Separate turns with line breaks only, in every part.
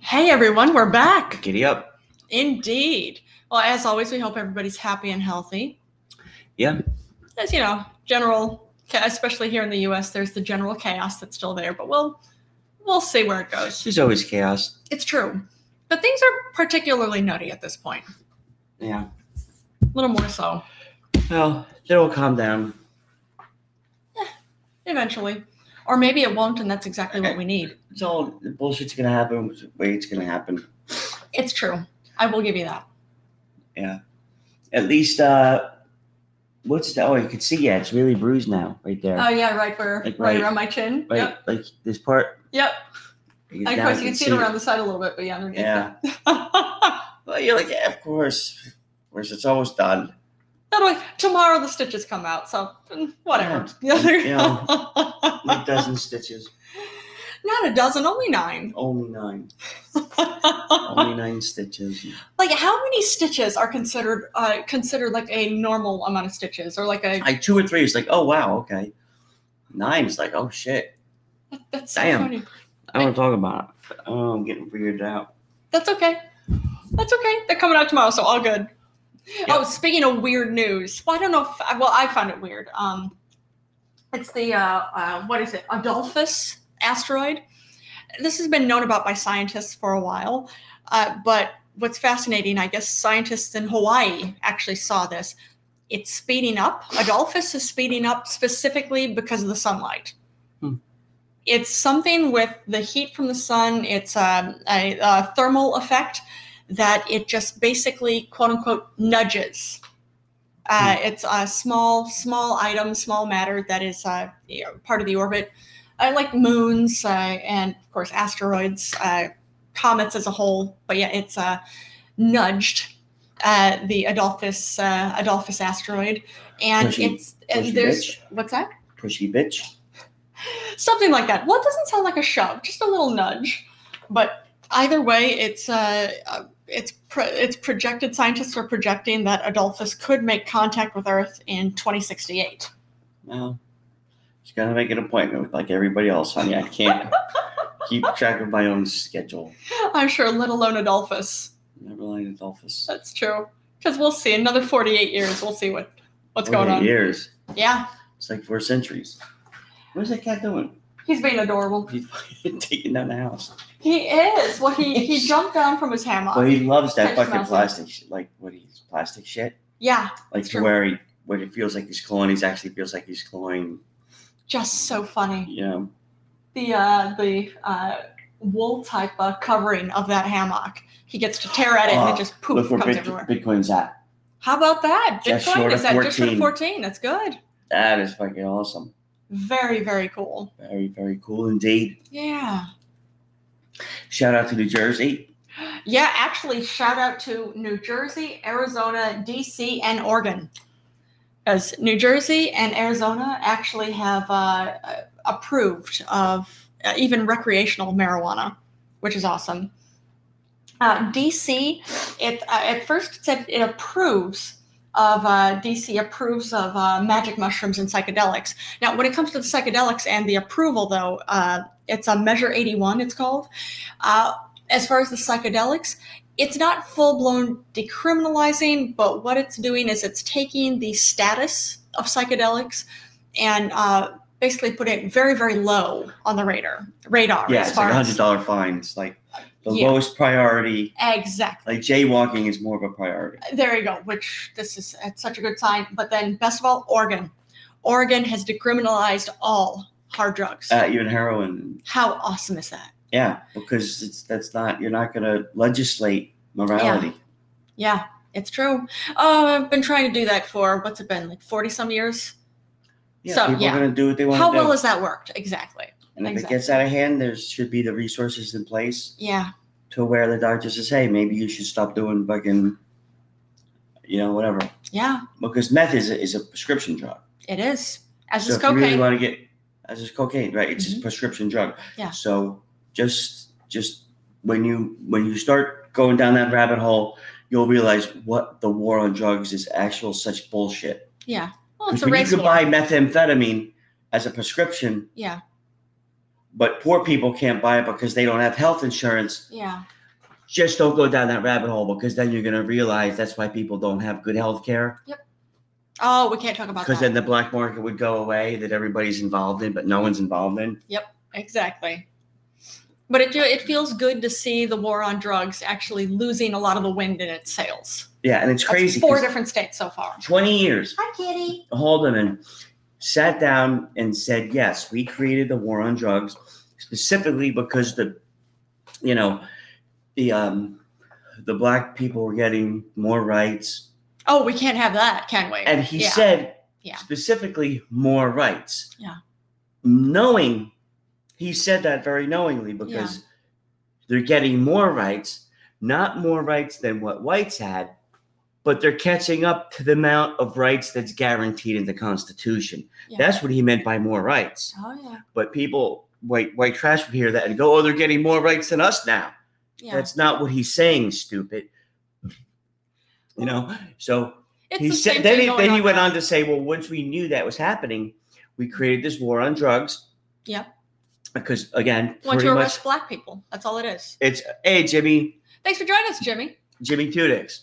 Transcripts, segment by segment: Hey everyone, we're back.
Giddy up.
Indeed. Well, as always, we hope everybody's happy and healthy.
Yeah.
As you know, general, ca- especially here in the U.S., there's the general chaos that's still there, but we'll we'll see where it goes.
There's always chaos.
It's true, but things are particularly nutty at this point.
Yeah.
A little more so
Well, it'll calm down.
eventually, or maybe it won't, and that's exactly what we need.
It's all the bullshit's gonna happen the way it's gonna happen.
It's true. I will give you that.
At least uh what's the oh you can see yeah, it's really bruised now, right there.
Oh yeah, right where
Like,
right
right-
around my chin.
right
Yep.
like this part.
Yep.
you
And of
down,
course, you can see it around the side a little bit, but yeah, underneath.
Yeah.
that.
Well you're like, yeah, of course. Of course it's almost done.
That'll tomorrow the stitches come out, so mm, whatever.
Yeah.
Yeah, there-
Yeah. Like a dozen stitches.
Not a dozen, only nine.
Only nine.
like
Only nine stitches.
how many stitches are considered uh, considered like a normal amount of stitches, or like a
Like two or three is like, oh wow, okay. Nine is like, oh shit.
that's so
Damn.
funny.
I don't talk about it. Oh, I'm getting weirded out.
That's okay. That's okay. They're coming out tomorrow, so all good.
Yeah.
Oh, speaking of weird news, well, I don't know if I, well, I found it weird. Um, it's the uh, uh, what is it, Adolphus asteroid. This has been known about by scientists for a while, uh, but what's fascinating, I guess, scientists in Hawaii actually saw this. It's speeding up. Adolphus is speeding up specifically because of the sunlight it's something with the heat from the sun. It's um, a, a thermal effect that it just basically, quote unquote, nudges. Uh, It's a small, small item, small matter that is uh, you know, part of the orbit, uh, like moons uh, and, of course, asteroids, uh, comets as a whole. But yeah, it's uh, nudged uh, the Adolphus uh, Adolphus asteroid, and
Pushy-
it's and
pushy
there's
bitch.
what's that?
Pushy bitch.
something like that. Well, it doesn't sound like a shove, just a little nudge. But either way, it's uh, uh, it's pro- it's projected. Scientists are projecting that Adolphus could make contact with Earth in 2068.
Well, just gotta make an appointment with like everybody else, honey. I can't keep track of my own schedule.
I'm sure, let alone Adolphus.
Never mind Adolphus.
That's true. Because we'll see another 48 years. We'll see what what's going
Forty
on.
Years.
Yeah,
It's like four centuries. What's that cat doing?
he's being adorable.
He's fucking taking down the house.
He is. Well, he he jumped down from his hammock.
But he loves
Catch
that fucking
mouse.
plastic shit. Like what he's plastic shit.
yeah,
Like
It's
to
true.
where he when it feels like he's clawing, he's actually feels like he's clawing.
just so funny.
You know.
the uh, the uh, wool type uh, covering of that hammock. He gets to tear at it and
Oh,
it just poof
Look where
comes
Bit-
everywhere.
Bitcoin's at.
How about that?
Just
Bitcoin
short
is
of
at just short of
14.
14. That's good.
That is fucking awesome.
Very very cool.
Very, very cool indeed.
Yeah.
Shout out to New Jersey.
Yeah, actually shout out to New Jersey, Arizona, DC and Oregon. Cuz New Jersey and Arizona actually have uh, uh, approved of uh, even recreational marijuana, which is awesome. uh, DC, it uh, at first it said it approves of uh, DC approves of uh, magic mushrooms and psychedelics. Now, when it comes to the psychedelics and the approval, though, uh, it's a Measure 81. It's called. Uh, as far as the psychedelics, it's not full blown decriminalizing, but what it's doing is it's taking the status of psychedelics and uh, basically putting it very, very low on the radar. Radar.
Yeah,
as
it's
far
like a
as-
hundred dollar fine. It's like the
Yeah.
lowest priority.
Exactly.
like jaywalking is more of a priority.
there you go which this is it's such a good sign but then best of all oregon oregon has decriminalized all hard drugs
Uh, even heroin,
how awesome is that
yeah, because it's that's not you're not going to legislate morality.
yeah it's true oh i've been trying to do that for what's it been like 40 some years
Yeah,
So,
people
yeah.
are going to do what they want
how
to do,
well has that worked exactly
and if
exactly.
it gets out of hand, there should be the resources in place
yeah
to where the doctor says, "Hey, maybe you should stop doing fucking, you know, whatever."
yeah
Because meth is a, is a prescription drug.
it is as
so
is
if you really
cocaine Mm-hmm.
want to get, as is cocaine, right? It's just a prescription drug.
Yeah.
So just just when you when you start going down that rabbit hole, you'll realize what the war on drugs is actual such bullshit.
yeah well it's
Because
a
when you
race
can
war.
buy methamphetamine as a prescription,
yeah
but poor people can't buy it because they don't have health insurance.
yeah
Just don't go down that rabbit hole because then you're going to realize that's why people don't have good health care
Oh, we can't talk about
because
that.
then the black market would go away that everybody's involved in, but no one's involved in.
Exactly. But it, it feels good to see the war on drugs actually losing a lot of the wind in its sails.
Yeah, and it's
That's
crazy.
four
'cause
different states so far.
20 years,
Hi, Kitty.
Haldeman sat down and said, "Yes, we created the war on drugs specifically because the, you know, the um, the black people were getting more rights,
Oh, we can't have that, can we?
and he
Yeah.
said
Yeah.
specifically more rights.
Yeah.
knowing he said that very knowingly because they're getting more rights, not more rights than what whites had." But they're catching up to the amount of rights that's guaranteed in the Constitution.
Yeah.
That's what he meant by more rights.
Oh yeah,
But people, white white trash, would hear that and go, "Oh, they're getting more rights than us now."
yeah.
That's not what he's saying, stupid. You know. So
it's
he
the
said.
same
Then
thing
he,
going
then he
on
went
now.
on to say, "Well, once we knew that was happening, we created this war on drugs."
Yeah.
Because again,
Want
pretty
to
much,
arrest black people? That's all it is.
it's hey Jimmy,
Thanks for joining us, Jimmy.
Jimmy Tudix.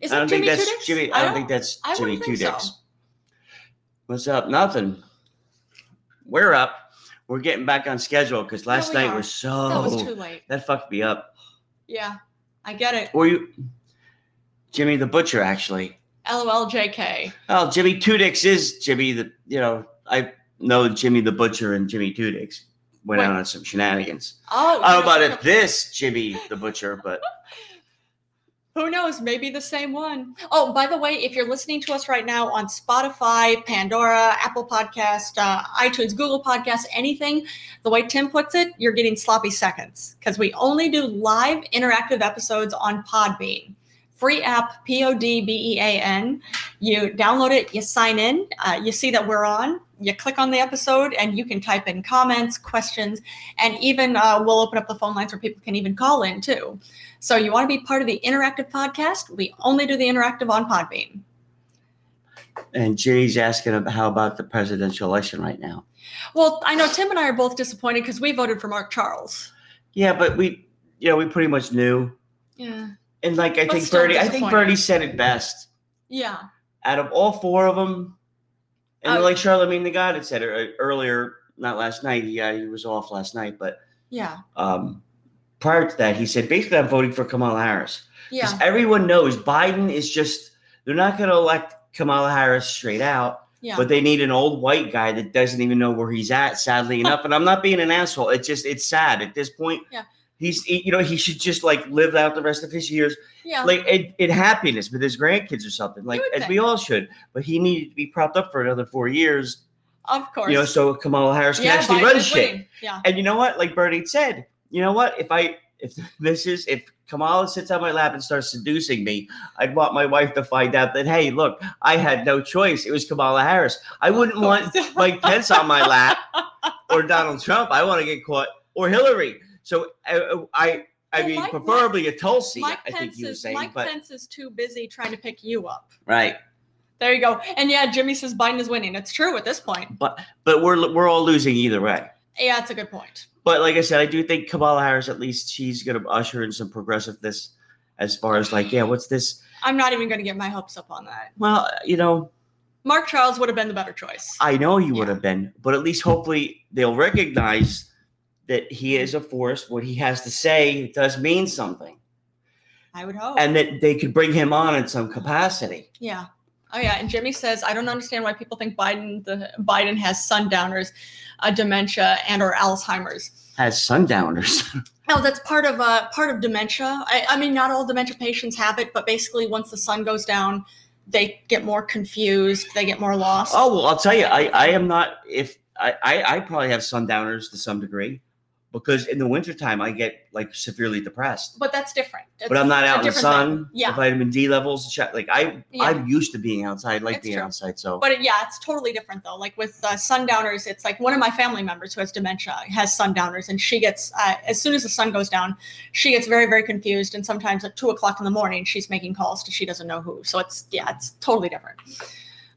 Is
I
it
don't
Jimmy
think that's
Tudix?
Jimmy. I don't, think that's
I
Jimmy
wouldn't think
Tudix.
so.
What's up? Nothing. We're up. We're getting back on schedule because last
we
night
are.
was so
that
Oh.
was too late.
That fucked me up.
Yeah, I get it.
Or you, Jimmy the Butcher, actually.
LOL, JK.
Oh, Jimmy Tudix is Jimmy the. You know, I know Jimmy the Butcher and Jimmy Tudix went
Wait.
out on some shenanigans.
Oh,
I don't know
you know,
about if this Jimmy the Butcher, but
Who knows? Maybe the same one. Oh, by the way, if you're listening to us right now on Spotify, Pandora, Apple Podcast, uh, iTunes, Google Podcast, anything, the way Tim puts it, you're getting sloppy seconds because we only do live interactive episodes on Podbean. Free app, P O D B E A N. You download it, you sign in, uh, you see that we're on, you click on the episode, and you can type in comments, questions, and even uh, we'll open up the phone lines where people can even call in too. So you want to be part of the interactive podcast? We only do the interactive on Podbean.
and Jimmy's asking about how about the presidential election right now.
Well, I know Tim and I are both disappointed because we voted for Mark Charles.
Yeah, but we, you know, we pretty much knew.
Yeah.
And like I
But
think
still
Bernie, I think
disappointing.
Bernie said it best.
Yeah.
Out of all four of them, and
Oh.
like Charlemagne the God had said ear- earlier, not last night. He uh, he was off last night, but
Yeah.
um, prior to that, he said basically I'm voting for Kamala Harris because
Yeah.
everyone knows Biden is just they're not going to elect Kamala Harris straight out,
Yeah.
but they need an old white guy that doesn't even know where he's at. Sadly enough, and I'm not being an asshole. It's just it's sad at this point.
Yeah.
He's, he- you know, he should just like live out the rest of his years
yeah.
like in, in happiness with his grandkids or something, like
would
as
think.
we all should. But he needed to be propped up for another four years,
of course.
you know, so Kamala Harris can
yeah,
actually
Biden
run
is
shit.
winning. Yeah.
And you know what? Like Bernie said, you know what? If I if this is if Kamala sits on my lap and starts seducing me, I'd want my wife to find out that hey, look, I had no choice. It was Kamala Harris. I wouldn't want Mike Pence on my lap or Donald Trump. I want to get caught or Hillary. So I I, I
Well,
mean,
Mike-
preferably a Tulsi.
Mike
I think
Pence
he was
is
saying,
Mike
but
Pence is too busy trying to pick you up.
right.
There you go. And yeah, Jimmy says Biden is winning. It's true at this point.
but we're we're all losing either way.
Yeah, it's a good point.
But like I said, I do think Kamala Harris at least she's going to usher in some progressiveness as far as like yeah, what's this?
I'm not even going to get my hopes up on that.
Well, you know,
Mark Charles would have been the better choice.
I know you would have been, but at least hopefully they'll recognize that he is a force. What he has to say does mean something,
I would hope.
and that they could bring him on in some capacity.
Yeah. Oh yeah. And Jimmy says, I don't understand why people think Biden the Biden has sundowners, uh, dementia, and or Alzheimer's.
As sundowners,
Oh, that's part of uh, part of dementia. I, I mean, not all dementia patients have it, but basically, once the sun goes down, they get more confused. They get more lost.
oh well, I'll tell you, I I am not. If I I, I probably have sundowners to some degree, because in the wintertime I get like severely depressed.
but that's different. It's-
but I'm not
it's a
out in the
different thing.
sun.
Yeah.
The vitamin D levels, and shit, like I,
Yeah.
I'm used to being outside, like
It's
being
true.
outside. So,
But it, yeah, it's totally different though. Like with uh, sundowners, it's like one of my family members who has dementia has sundowners, and she gets uh, as soon as the sun goes down, she gets very very confused, and sometimes at two o'clock in the morning, she's making calls to she doesn't know who. So it's yeah, it's totally different.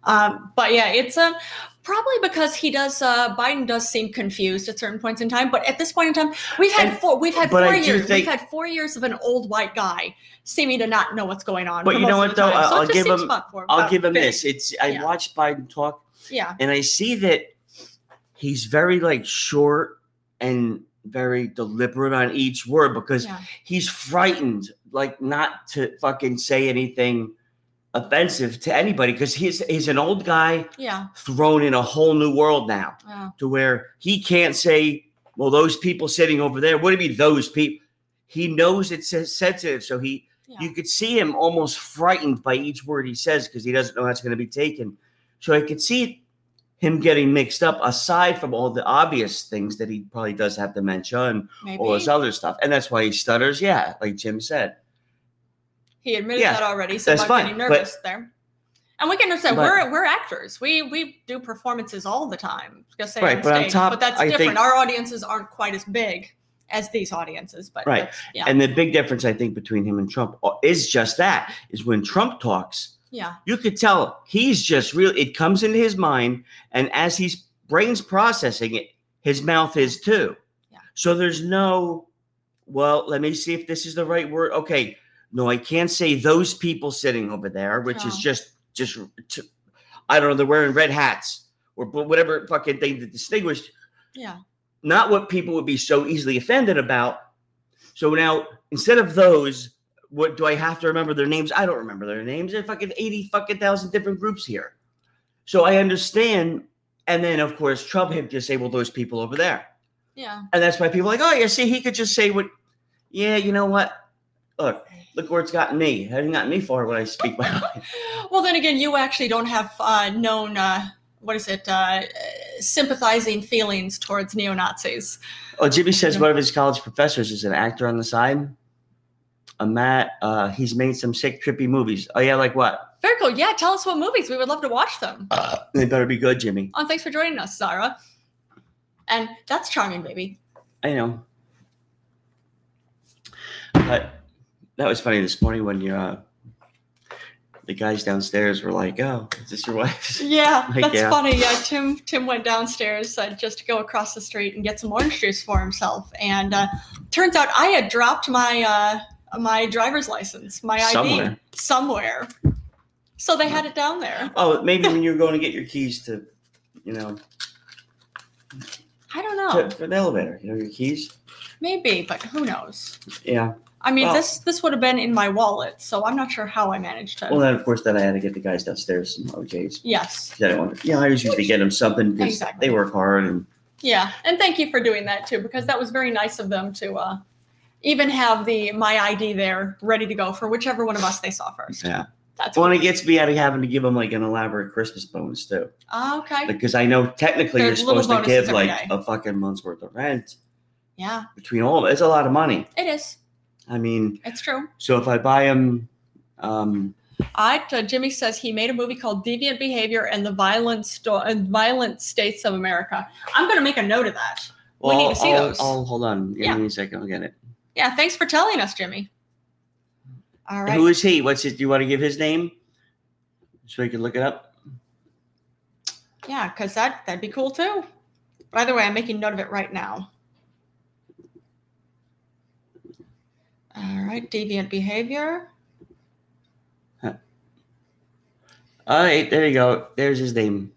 Um, but yeah, it's a probably because he does. Uh, Biden does seem confused at certain points in time, but at this point in time, we've had
And-
four. We've had
but
four
I do
years.
think-
we've had four years of an old white guy seeming to not know what's going on.
But
for
you know
most of
what,
the
though?
time.
I-
So it
I'll
just
give
seems
him-
fun for
I'll
about
give him
fitting.
this. It's I
Yeah.
watched Biden talk,
Yeah,
and I see that he's very like short and very deliberate on each word because
yeah,
he's frightened, like not to fucking say anything offensive to anybody because he's he's an old guy
yeah.
thrown in a whole new world now
yeah.
to where he can't say, well, those people sitting over there, what do you mean those people? He knows it's sen- sensitive, so he
Yeah.
you could see him almost frightened by each word he says because he doesn't know how it's going to be taken. So I could see him getting mixed up aside from all the obvious things that he probably does have dementia and
Maybe
all this other stuff. And that's why he stutters, yeah, like Jim said.
he admitted
yeah,
that already. So
that's
about
fine,
getting
but-
nervous there. And we can understand
But-
we're we're actors. We we do performances all the time. Just say
Right,
on
but on
stage,
top,
but that's
I
different.
think-
Our audiences aren't quite as big as these audiences, but
Right.
that's- yeah,
And the big difference I think between him and Trump uh, is just that is when Trump talks,
yeah,
you could tell he's just real it comes into his mind and as his brain's processing it his mouth is too
Yeah.
so there's no well let me see if this is the right word okay no i can't say those people sitting over there which is
No.
just just t- i don't know they're wearing red hats or b- whatever fucking thing that distinguished
yeah,
not what people would be so easily offended about so now instead of those what do I have to remember their names? I don't remember their names. There are fucking 80 fucking thousand different groups here. So I understand. And then, of course, Trump had just say, well, those people over there.
yeah.
And that's why people are like, oh, yeah, see, he could just say what, yeah, you know what? Look, look where it's gotten me. It hasn't gotten me far when I speak my mind.
Well, then again, you actually don't have uh, known uh, what is it? Uh, uh, sympathizing feelings towards neo Nazis.
Oh, Jimmy says
Yeah.
one of his college professors is an actor on the side. A Matt, uh, he's made some sick, trippy movies. Oh, yeah, like what?
Very cool. Yeah, tell us what movies. We would love to watch them.
They better be good, Jimmy.
Oh, thanks for joining us, Sarah. And that's charming, baby.
I know. But that was funny this morning when you uh the guys downstairs were like, "Oh, is this your wife?"
Yeah,
Like,
that's
yeah.
funny. Yeah, Tim Tim went downstairs uh, just to go across the street and get some orange juice for himself, and uh, turns out I had dropped my uh, my driver's license, my ID,
Somewhere.
somewhere. So they had it down there.
Oh, maybe when you were going to get your keys to, you know,
I don't
to-
know,
for the elevator, you know, your keys.
maybe, but who knows?
Yeah.
I mean,
Well-
this this would have been in my wallet, so I'm not sure how I managed to.
Well, then of course, then I had to get the guys downstairs some OJ's.
yes,
Yeah, I wanted, you know, I always used to get them something because
Exactly.
they work hard and
yeah, and thank you for doing that too, because that was very nice of them to. Uh, even have the my ID there ready to go for whichever one of us they saw first.
yeah.
That's
Well, and it gets me out of having to give them like an elaborate Christmas bonus too.
Ah, okay.
because I know technically
There's
you're
little
supposed to
bonuses
give
every
like
day.
a fucking month's worth of rent
yeah,
between all of it. It's a lot of money.
it is.
I mean,
It's true.
so if I buy them, um,
I uh, Jimmy says he made a movie called Deviant Behavior and the Violent Sto- and Violent States of America. I'm going to make a note of that.
well,
We need to see
I'll,
those.
I'll- hold on. Give
Yeah.
me a second. I'll get it.
Yeah, thanks for telling us, Jimmy. All right.
Who is he? What's his? Do you want to give his name so we can look it up?
yeah, because that that'd be cool too. By the way, I'm making note of it right now. All right, Deviant Behavior.
All right, there you go. There's his name.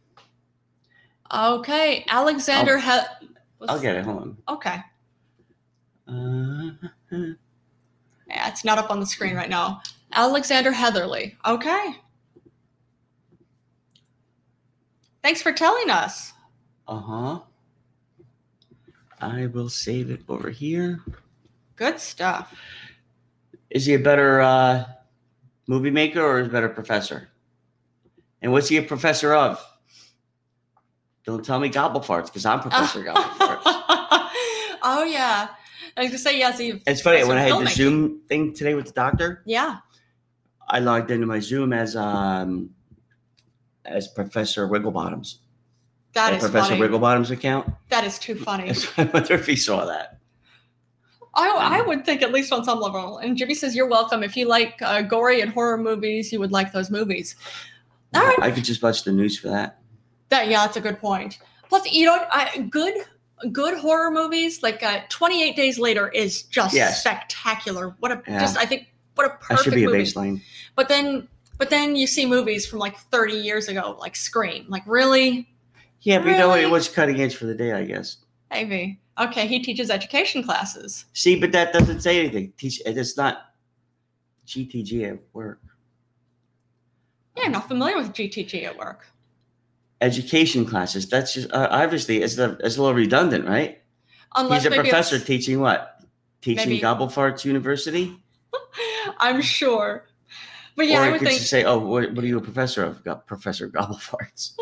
Okay, Alexander.
I'll-
He- was-
I'll get it. Hold
Okay.
on. Uh,
Yeah, it's not up on the screen right now. Alexander Heatherly. Okay. Thanks for telling us.
uh huh. I will save it over here.
Good stuff.
Is he a better uh, movie maker or is he a better professor? And what's he a professor of? Don't tell me Gobblefarts because I'm Professor Gobblefarts.
oh yeah. I was gonna say yes. You,
It's funny when I had the
Filmmaking.
Zoom thing today with the doctor,
yeah.
I logged into my Zoom as um, as Professor Wigglebottoms,
That
my
is
Professor
funny.
Wigglebottoms account.
That is too funny.
I wonder if he saw that.
I, I would think at least on some level. And Jimmy says you're welcome. If you like uh, gory and horror movies, you would like those movies. All right.
I could just watch the news for that.
That yeah, that's a good point. Plus, you know, I, good good horror movies like uh, Twenty Eight Days Later is just
Yes.
spectacular. What a
Yeah.
just I think what a
That
perfect
should be a
movie.
baseline.
But then but then you see movies from like thirty years ago, like Scream. Like really,
Yeah, but you know what? It
Really?
was cutting edge for the day, I guess.
Amy? Okay, he teaches education classes.
See, but that doesn't say anything. Teach it's not GTG at work.
Yeah, I'm not familiar with GTG at work.
Education classes. That's just uh, obviously it's a, it's a little redundant, right?
Unless
He's a
maybe it's-
professor teaching what? Teaching
Maybe-
Gobblefarts University?
I'm sure. But yeah,
or
I
you
would
could
think
just say, "Oh, what, what are you a professor of?" Go- professor Gobblefarts.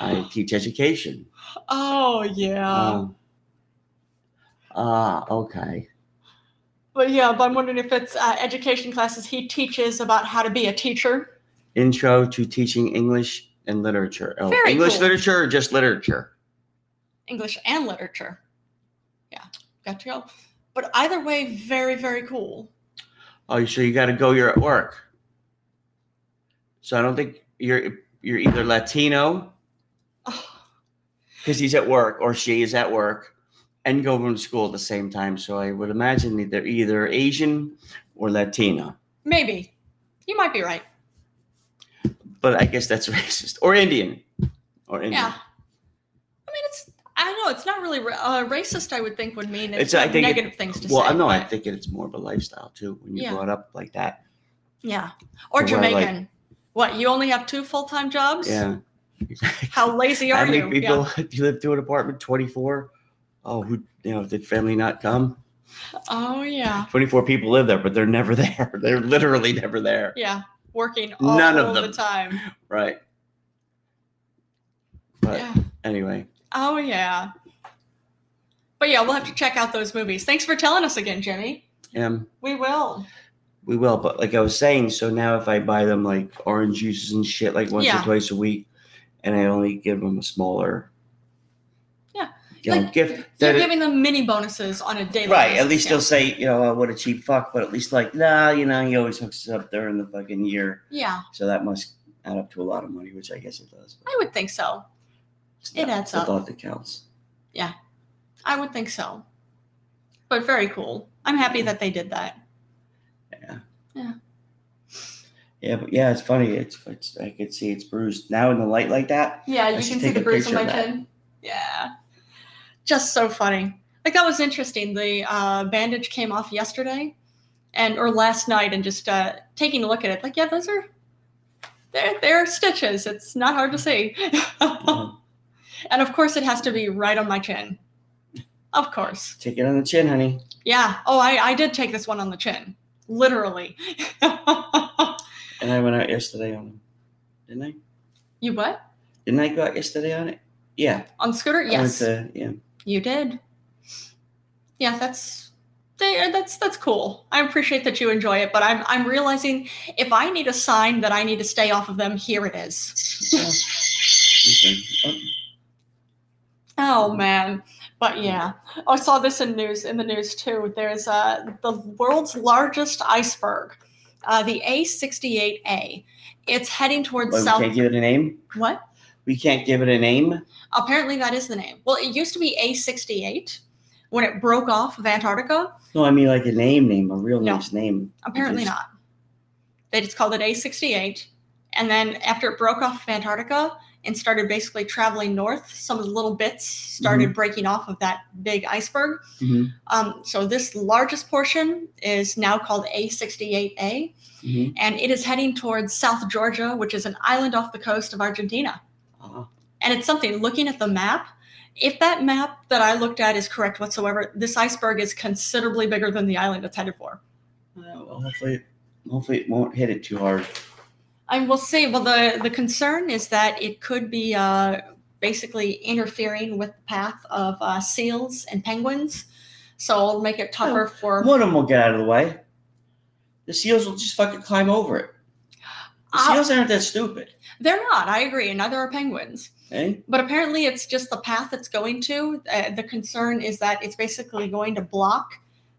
I teach education.
Oh yeah.
Um, Ah, okay.
But yeah, but I'm wondering if it's uh, education classes he teaches about how to be a teacher.
Intro to teaching English and literature. Oh,
Very
English
cool.
literature or just literature?
English and literature. Yeah, got to go. But either way, very, very cool.
Oh, so you got to go. You're at work. So I don't think you're you're either Latino
Ugh,
because he's at work or she is at work, and going to school at the same time. So I would imagine that they're either Asian or Latina.
maybe. You might be right.
But I guess that's racist. Or Indian. Or Indian.
Yeah. I mean, it's, I don't know, it's not really ra- uh, racist, I would think, would mean it's,
It's- I
not
think it-
negative things to
well,
say.
I know. I
but-
think it's more of a lifestyle too when you
Yeah.
brought up like that.
Yeah. Or
Well, I like-
Jamaican. What, you only have two full time jobs?
Yeah.
How lazy
How
are
many
you? Yeah.
people do you live through an apartment? Twenty four. Oh, who you know? Did family not come?
Oh, yeah.
Twenty four people live there, but they're never there. They're literally never there.
Yeah. Working all
None of
the
them.
time.
Right. But
Yeah.
anyway,
Oh yeah. But yeah, we'll have to check out those movies. Thanks for telling us again, Jimmy.
um,
We will.
we will. But like I was saying, so now if I buy them like orange juices and shit, like once
Yeah.
or twice a week, and I only give them a smaller.
Yeah.
You know,
Like,
gift.
You're
that it-
giving them mini bonuses on a daily.
Right.
basis,
At least
yeah.
they'll say, you know, uh, what a cheap fuck, but at least like, nah, you know, he always hooks us up during the fucking year.
Yeah,
So that must add up to a lot of money, which I guess it does.
I would think so.
It's
It
not-
adds
it's the
up.
thought that counts.
I would think so. But very cool. I'm happy that they did that.
Yeah.
Yeah.
Yeah, but yeah, it's funny. It's, it's I could see it's bruised now in the light like that.
Yeah,
I
you
should
can see
take
the
a
bruise on
picture
my
of that.
chin. Yeah. Just so funny. Like that was interesting. The uh, bandage came off yesterday and or last night and just uh, taking a look at it, like, yeah, those are they're they're stitches. It's not hard to see. Oh.
Mhm.
and of course it has to be right on my chin. Of course.
Take it on the chin, honey.
Yeah. Oh, I, I did take this one on the chin. Literally.
And I went out yesterday on it. Didn't I?
you what?
Didn't I go out yesterday on it? Yeah.
On scooter?
I went
Yes.
to- yeah.
You did. Yeah, that's they, that's that's cool. I appreciate that you enjoy it, but I'm I'm realizing if I need a sign that I need to stay off of them, here it is.
Okay. Oh,
Oh man, but yeah, I saw this in news in the news too. There's uh, the world's largest iceberg, uh, the A68A. It's heading towards
well, we
South.
can't give it a name.
What?
We can't give it a name.
Apparently, that is the name. Well, it used to be A68 when it broke off of Antarctica.
No, I mean like a name, name, a real
No.
nice name.
Apparently
It is-
not. They just called it A68. And then after it broke off of Antarctica and started basically traveling north, some of the little bits started breaking off of that big iceberg.
Mhm,
Um, so this largest portion is now called A68A,
mhm.
and it is heading towards South Georgia, which is an island off the coast of Argentina.
Ah,
And it's something looking at the map. If that map that I looked at is correct whatsoever, this iceberg is considerably bigger than the island it's headed for.
uh, well, hopefully, hopefully it won't hit it too hard.
And we'll see. Well, the, the concern is that it could be uh, basically interfering with the path of uh, seals and penguins. So it'll make it tougher for.
One of them will get out of the way. The seals will just fucking climb over it. The
Uh,
seals aren't that stupid.
they're not, I agree, and neither are penguins.
Eh?
But apparently, it's just the path it's going to. Uh, the concern is that it's basically going to block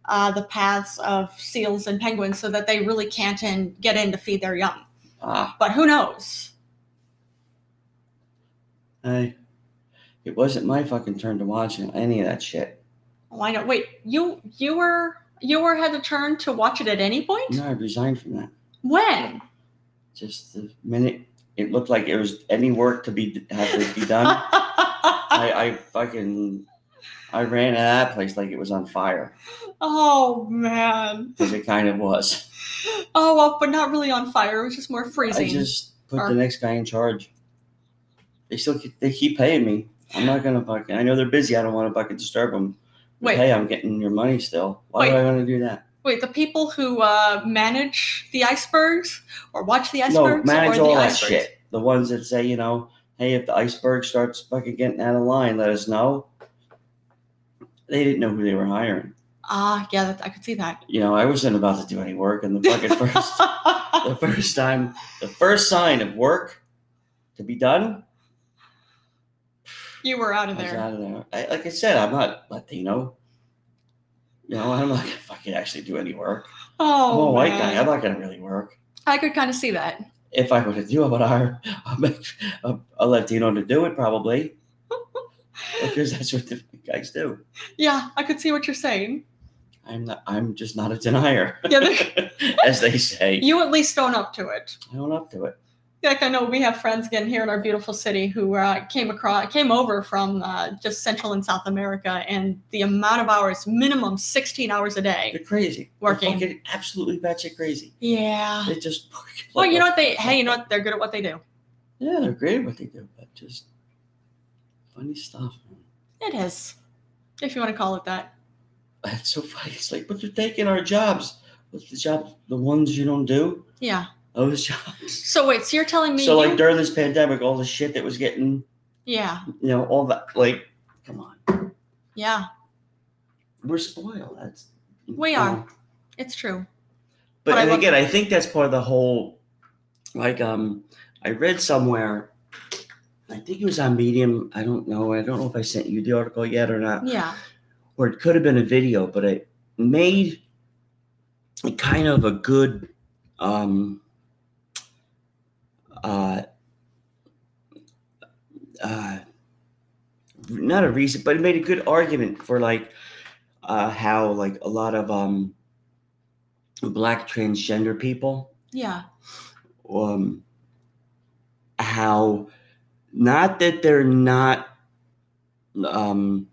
uh, the paths of seals and penguins so that they really can't in, get in to feed their young.
Ah,
But who knows?
I, it wasn't my fucking turn to watch any of that shit.
Oh, I know. Wait, you you were you were had the turn to watch it at any point?
No, I resigned from that.
When?
Just the minute it looked like it was any work to be had to be done, I, I fucking I ran out of that place like it was on fire
oh man.
because it kind of was.
Oh well, but not really on fire. It was just more freezing.
I just put
Or-
the next guy in charge. They still keep, they keep paying me. I'm not gonna fucking. I know they're busy. I don't want to fucking disturb them. But
Wait.
hey, I'm getting your money still. Why do
Wait.
I want to do that?
Wait, the people who uh, manage the icebergs or watch the
no,
icebergs
manage
or
all
the
that
icebergs?
shit. The ones that say, you know, hey, if the iceberg starts fucking getting out of line, let us know. They didn't know who they were hiring.
Ah, yeah, that, I could see that.
You know, I wasn't about to do any work, and the fucking first the first time, the first sign of work to be done,
you were out
I
of
was
there.
out of there. I, like I said, I'm not Latino. You know, I'm not gonna fucking actually do any work. I'm
Oh,
a white
man.
guy. I'm not gonna really work.
I could kind of see that.
If I were to do it, I would hire a, Mex- a, a Latino to do it, probably, because that's what the guys do.
Yeah, I could see what you're saying.
I'm not. I'm just not a denier,
Yeah, there-
as they say.
you at least own up to it.
I don't up to it.
Like I know we have friends again here in our beautiful city who uh, came across, came over from uh, just Central and South America, and the amount of hours, minimum 16 hours a day,
They're crazy. They're
Working.
fucking absolutely batshit crazy.
Yeah.
They just.
Well, you know what they? Hey, you know what? They're good at what they do.
Yeah, they're great at what they do, but just funny stuff. man.
It is, if you want to call it that.
It's so funny. It's like, but they're taking our jobs. What's the job? The ones you don't do?
Yeah.
Those jobs.
So wait, so you're telling me?
So, like,
you-
during this pandemic, all the shit that was getting,
yeah,
you know, all that, like, come on.
yeah,
We're spoiled. That's.
We
you
are.
know.
it's true.
But
But I
and
love-
again, I think that's part of the whole. Like, um, I read somewhere. I think it was on Medium. I don't know. I don't know if I sent you the article yet or not.
Yeah.
or it could have been a video, but it made kind of a good um uh uh not a reason but it made a good argument for like uh how like a lot of um black transgender people
Yeah.
um, how not that they're not um,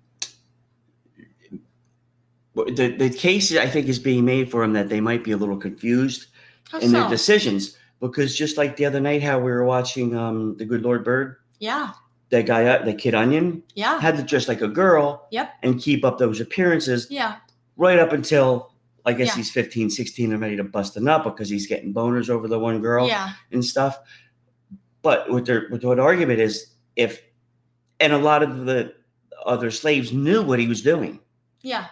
the the case I think is being made for them that they might be a little confused
How
in their
so?
decisions because just like the other night how we were watching um, the Good Lord Bird
yeah.
that guy uh, that kid Onion
Yeah.
had to dress like a girl
Oh. Yep.
and keep up those appearances
Yeah.
right up until I guess
Yeah.
he's 15 16 and ready to bust a nut because he's getting boners over the one girl
Yeah.
and stuff. But what their what, what argument is if and a lot of the other slaves knew what he was doing
Yeah.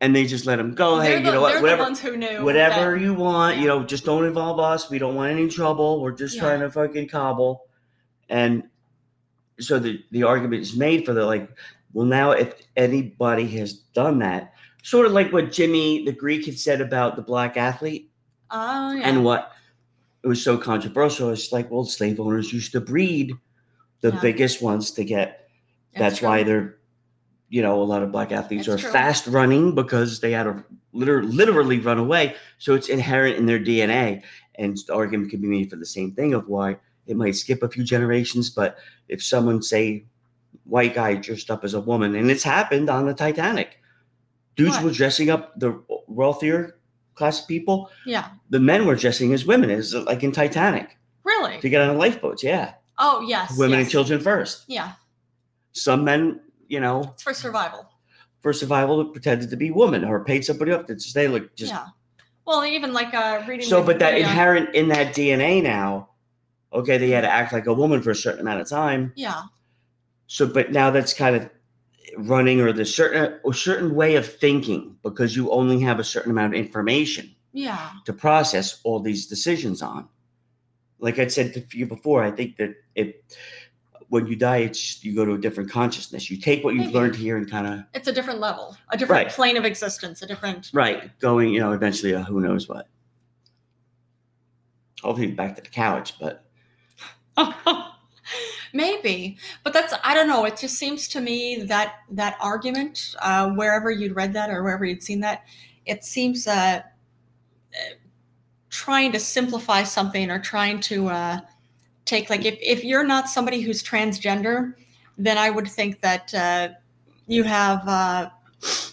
and they just let him go.
They're
Oh, hey,
the,
you know
they're
what,
the
whatever
ones who knew
whatever
that-
you want, you
yeah.
know, just don't involve us. We don't want any trouble. We're just
Yeah.
trying to fucking cobble. And so the, the argument is made for the like, well, now if anybody has done that, sort of like what Jimmy the Greek had said about the black athlete,
Oh yeah.
and what it was so controversial it's like well slave owners used to breed the
Yeah.
biggest ones to get that's,
true.
why they're you know a lot of black athletes
That's
are
true.
fast running because they had to liter- literally run away so it's inherent in their dna and the argument can be made for the same thing of why it might skip a few generations but if someone say white guy dressed up as a woman and it's happened on the titanic dudes
What?
were dressing up the wealthier class of people
Yeah.
the men were dressing as women, is like in Titanic
Really?
to get on the lifeboats. Yeah,
oh yes.
women
yes.
and children first.
Yeah.
Some men, you know,
It's for survival.
for survival, pretended to be woman or paid somebody up to stay like just
yeah. Well, even like uh, reading.
so.
the-
But that
the, uh,
inherent in that DNA now, okay, they had to act like a woman for a certain amount of time.
Yeah.
So, but now that's kind of running or the certain a certain way of thinking because you only have a certain amount of information.
Yeah.
to process all these decisions on. Like I said to you before, I think that it when you die, it's just, you go to a different consciousness. You take what you've
Maybe.
learned here and kind of
It's a different level, a different
Right.
plane of existence, a different.
right going, you know, eventually uh, who knows what. Hopefully back to the couch, but
Maybe, but that's I don't know. It just seems to me that that argument, uh, wherever you'd read that or wherever you'd seen that, it seems uh, uh, trying to simplify something or trying to uh, take like if if you're not somebody who's transgender, then I would think that uh, you have. Uh,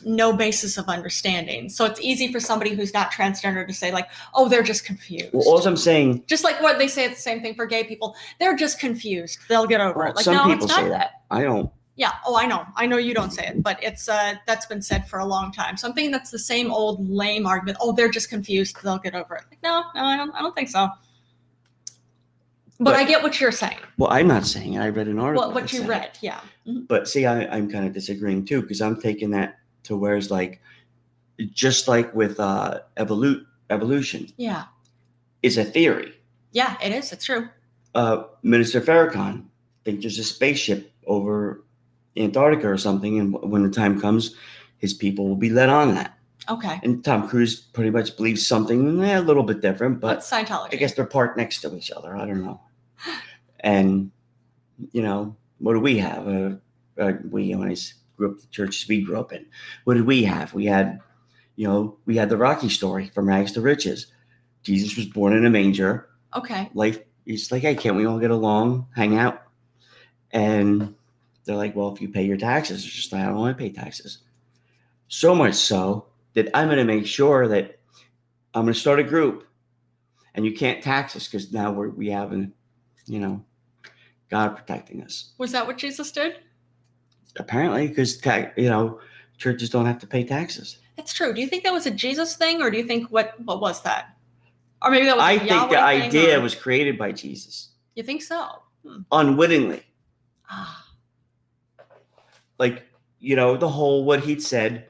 no basis of understanding. So it's easy for somebody who's not transgender to say, like, oh, they're just confused.
Well, all I'm saying,
just like what they say, it's the same thing for gay people. They're just confused. They'll get over
well,
it. Like,
some
no,
people
it's not
say that. I don't.
yeah. Oh, I know. I know you don't say it, but it's uh that's been said for a long time. Something that's the same old lame argument. Oh, they're just confused. They'll get over it. Like, no, no, I don't. I don't think so. But,
But-
I get what you're saying.
Well, I'm not saying it. I read an article.
What
that
what you
said it.
read? Yeah. Mhm.
But see, I, I'm kind of disagreeing too because I'm taking that to where it's like, just like with uh, evolu- evolution
Yeah.
is a theory.
Yeah. It is. It's true.
Uh, Minister Farrakhan think there's a spaceship over Antarctica or something, and w- when the time comes, his people will be led on that.
Okay.
And Tom Cruise pretty much believes something eh, a little bit different, but
What's Scientology?
I guess they're parked next to each other. I don't know. And you know, what do we have? Uh, uh, we when I s- grew up, the churches we grew up in, what did we have? We had, you know, we had the Rocky story from rags to riches. Jesus was born in a manger.
Okay.
Life, he's like, hey, can't we all get along, hang out? And they're like, well, if you pay your taxes, it's just like, I don't want to pay taxes. So much so that I'm going to make sure that I'm going to start a group and you can't tax us because now we're, we have, an, you know, God protecting us.
Was that what Jesus did?
Apparently, because, ta- you know, churches don't have to pay taxes.
That's true. Do you think that was a Jesus thing, or do you think what what was that? Or maybe that was. a
I think
Yahweh
the
thing,
idea
or-
was created by Jesus
You think so? Hmm.
unwittingly.
Ah,
like you know the whole what he'd said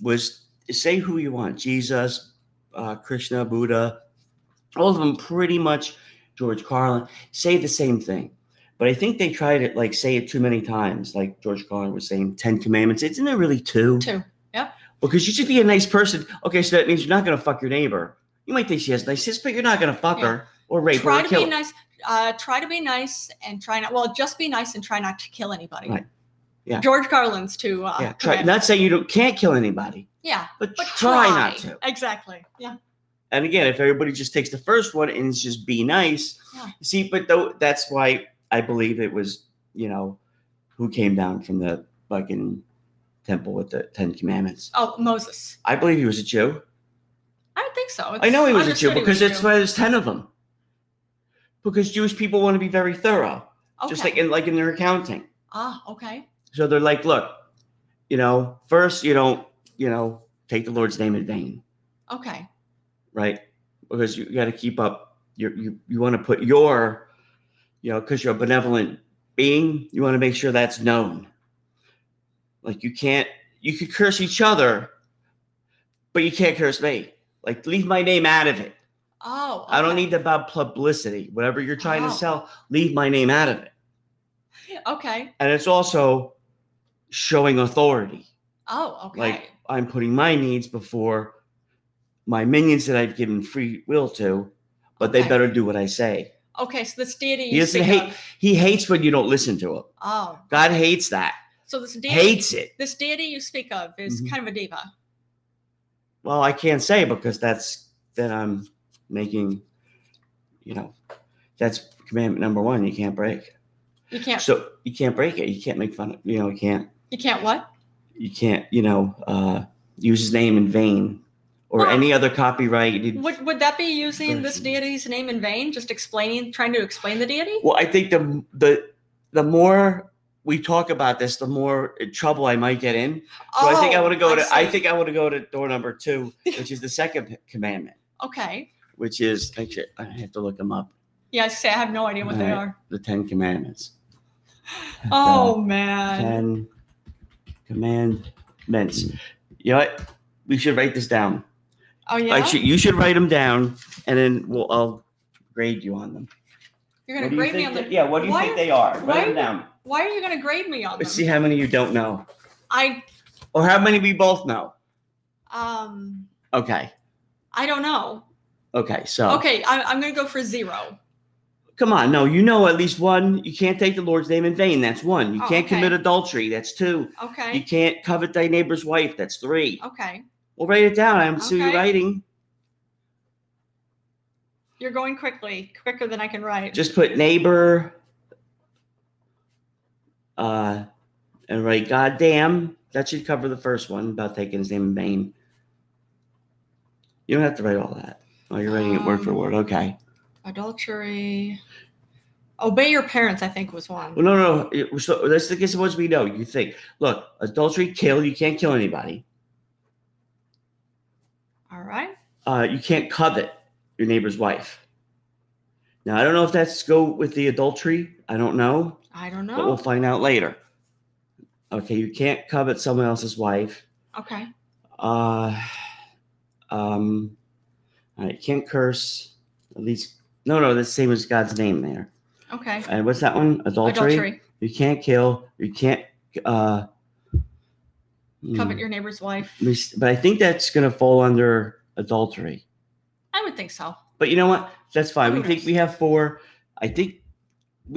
was say who you want jesus uh, krishna buddha all of them pretty much george carlin say the same thing but i think they tried to like say it too many times like george carlin was saying 10 commandments isn't there really two
two.
because you should be a nice person okay so that means you're not going to fuck your neighbor you might think she has nice tits but you're not going to fuck
Yeah.
her or rape
try
her or
to be
kill her.
nice. Uh, try to be nice and try not. Well, just be nice and try not to kill anybody.
Right. Yeah.
George Carlin's too. Uh,
yeah, try,
command-
not saying you don't, can't kill anybody
yeah.
but,
But
try not to
Exactly. Yeah.
And again, if everybody just takes the first one and it's just be nice,
Yeah.
you see, but though that's why I believe it was, you know, who came down from the fucking temple with the Ten Commandments.
Oh, Moses.
I believe he was a Jew.
I don't think so.
I know he was a Jew
understood he was
because that's
Jew.
why there's ten of them. Because Jewish people want to be very thorough,
okay.
just like in like in their accounting.
ah okay.
So they're like, look, you know, first you don't, you know, take the Lord's name in vain.
Okay.
right? Because you got to keep up. Your, you you want to put your, you know, because you're a benevolent being, you want to make sure that's known. Like you can't, you could curse each other, but you can't curse me. Like leave my name out of it.
Oh.
I don't
okay.
need about publicity. Whatever you're trying
Oh.
to sell, leave my name out of it.
Okay.
And it's also showing authority.
Oh. Okay.
Like I'm putting my needs before my minions that I've given free will to, but they
Okay.
better do what I say.
okay. So this deity.
He
you
doesn't
speak
hate-
of-
He hates when you don't listen to him.
Oh.
God hates that.
So this deity.
Hates it.
This deity you speak of is
Mhm.
kind of a diva.
Well, I can't say because that's then I'm making, you know, that's commandment number one. You can't break.
You can't.
So you can't break it. You can't make fun of. You know, you can't.
you can't what?
You can't. You know, uh, use his name in vain, or
Well,
any other copyrighted.
Would, would that be using this
Version.
deity's name in vain? Just explaining, trying to explain the deity?
Well, I think the the the more we talk about this, the more trouble I might get in. So I think I want to go to. I
Oh, see.
think I want to go to door number two, which is the second commandment,
Okay.
which is actually I have to look them up.
Yeah, I say I have no idea what they
Alright.
are.
The Ten Commandments.
Oh man.
Ten commandments. You know what? We should write this down.
Oh yeah.
I should. You should write them down, and then we'll I'll grade you on them.
You're gonna
What do you
grade me
think
on the
they- yeah. What do you
Why-
think they are?
why-
Write them down.
Why are you gonna grade me on them?
Let's see how many you don't know,
I
or how many we both know.
um
Okay.
I don't know.
Okay. So.
Okay, I, I'm gonna go for zero.
Come on, no, you know at least one. You can't take the Lord's name in vain. That's one. You
Oh,
can't
okay.
commit adultery. That's two. You
Okay.
can't covet thy neighbor's wife. That's three.
Okay.
Well, write it down. I'm see you
Okay.
writing.
You're going quickly, quicker than I can write.
Just put neighbor. Uh, and write goddamn. That should cover the first one about taking his name in vain. You don't have to write all that. Oh, you're writing it word for
Um,
word. Okay.
Adultery. Obey your parents, I think, was one.
Well, no, no. it- So let's look at the ones we know. You think, look, adultery, kill. You can't kill anybody.
All right.
Uh, you can't covet your neighbor's wife. Now, I don't know if that's go with the adultery. I don't know,
I don't
but we'll
know.
find out later. Okay, you can't covet someone else's wife.
Okay.
Uh, um, all right, can't curse. At least, no, no, that's the same as God's name there.
Okay.
And what's that one? Adultery.
Adultery.
You can't kill. You can't. Uh, hmm.
Covet your neighbor's wife.
We s- but I think that's going to fall under adultery.
I would think so.
But you know what? That's fine. We
Who
think we have four. I think we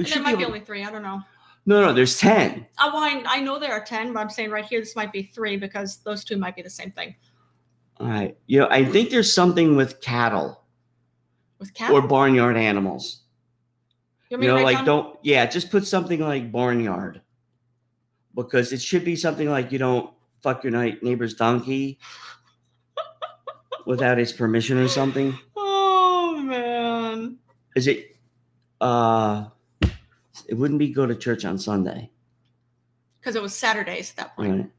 And there
should
might
be.
be
able-
only three. I don't know.
No, no, there's ten.
I, well, I, I know there are 10, but I'm saying right here, this might be three because those two might be the same thing
All right. You know, I think there's something with cattle
with
or
cattle.
barnyard animals.
you want me
You
to write
know, like
down-
don't. Yeah, just put something like barnyard, because it should be something like you don't fuck your night neighbor's donkey without his permission or something.
Oh, man.
Is it? Uh, it wouldn't be go to church on Sunday.
Because it was Saturdays at that
All
point.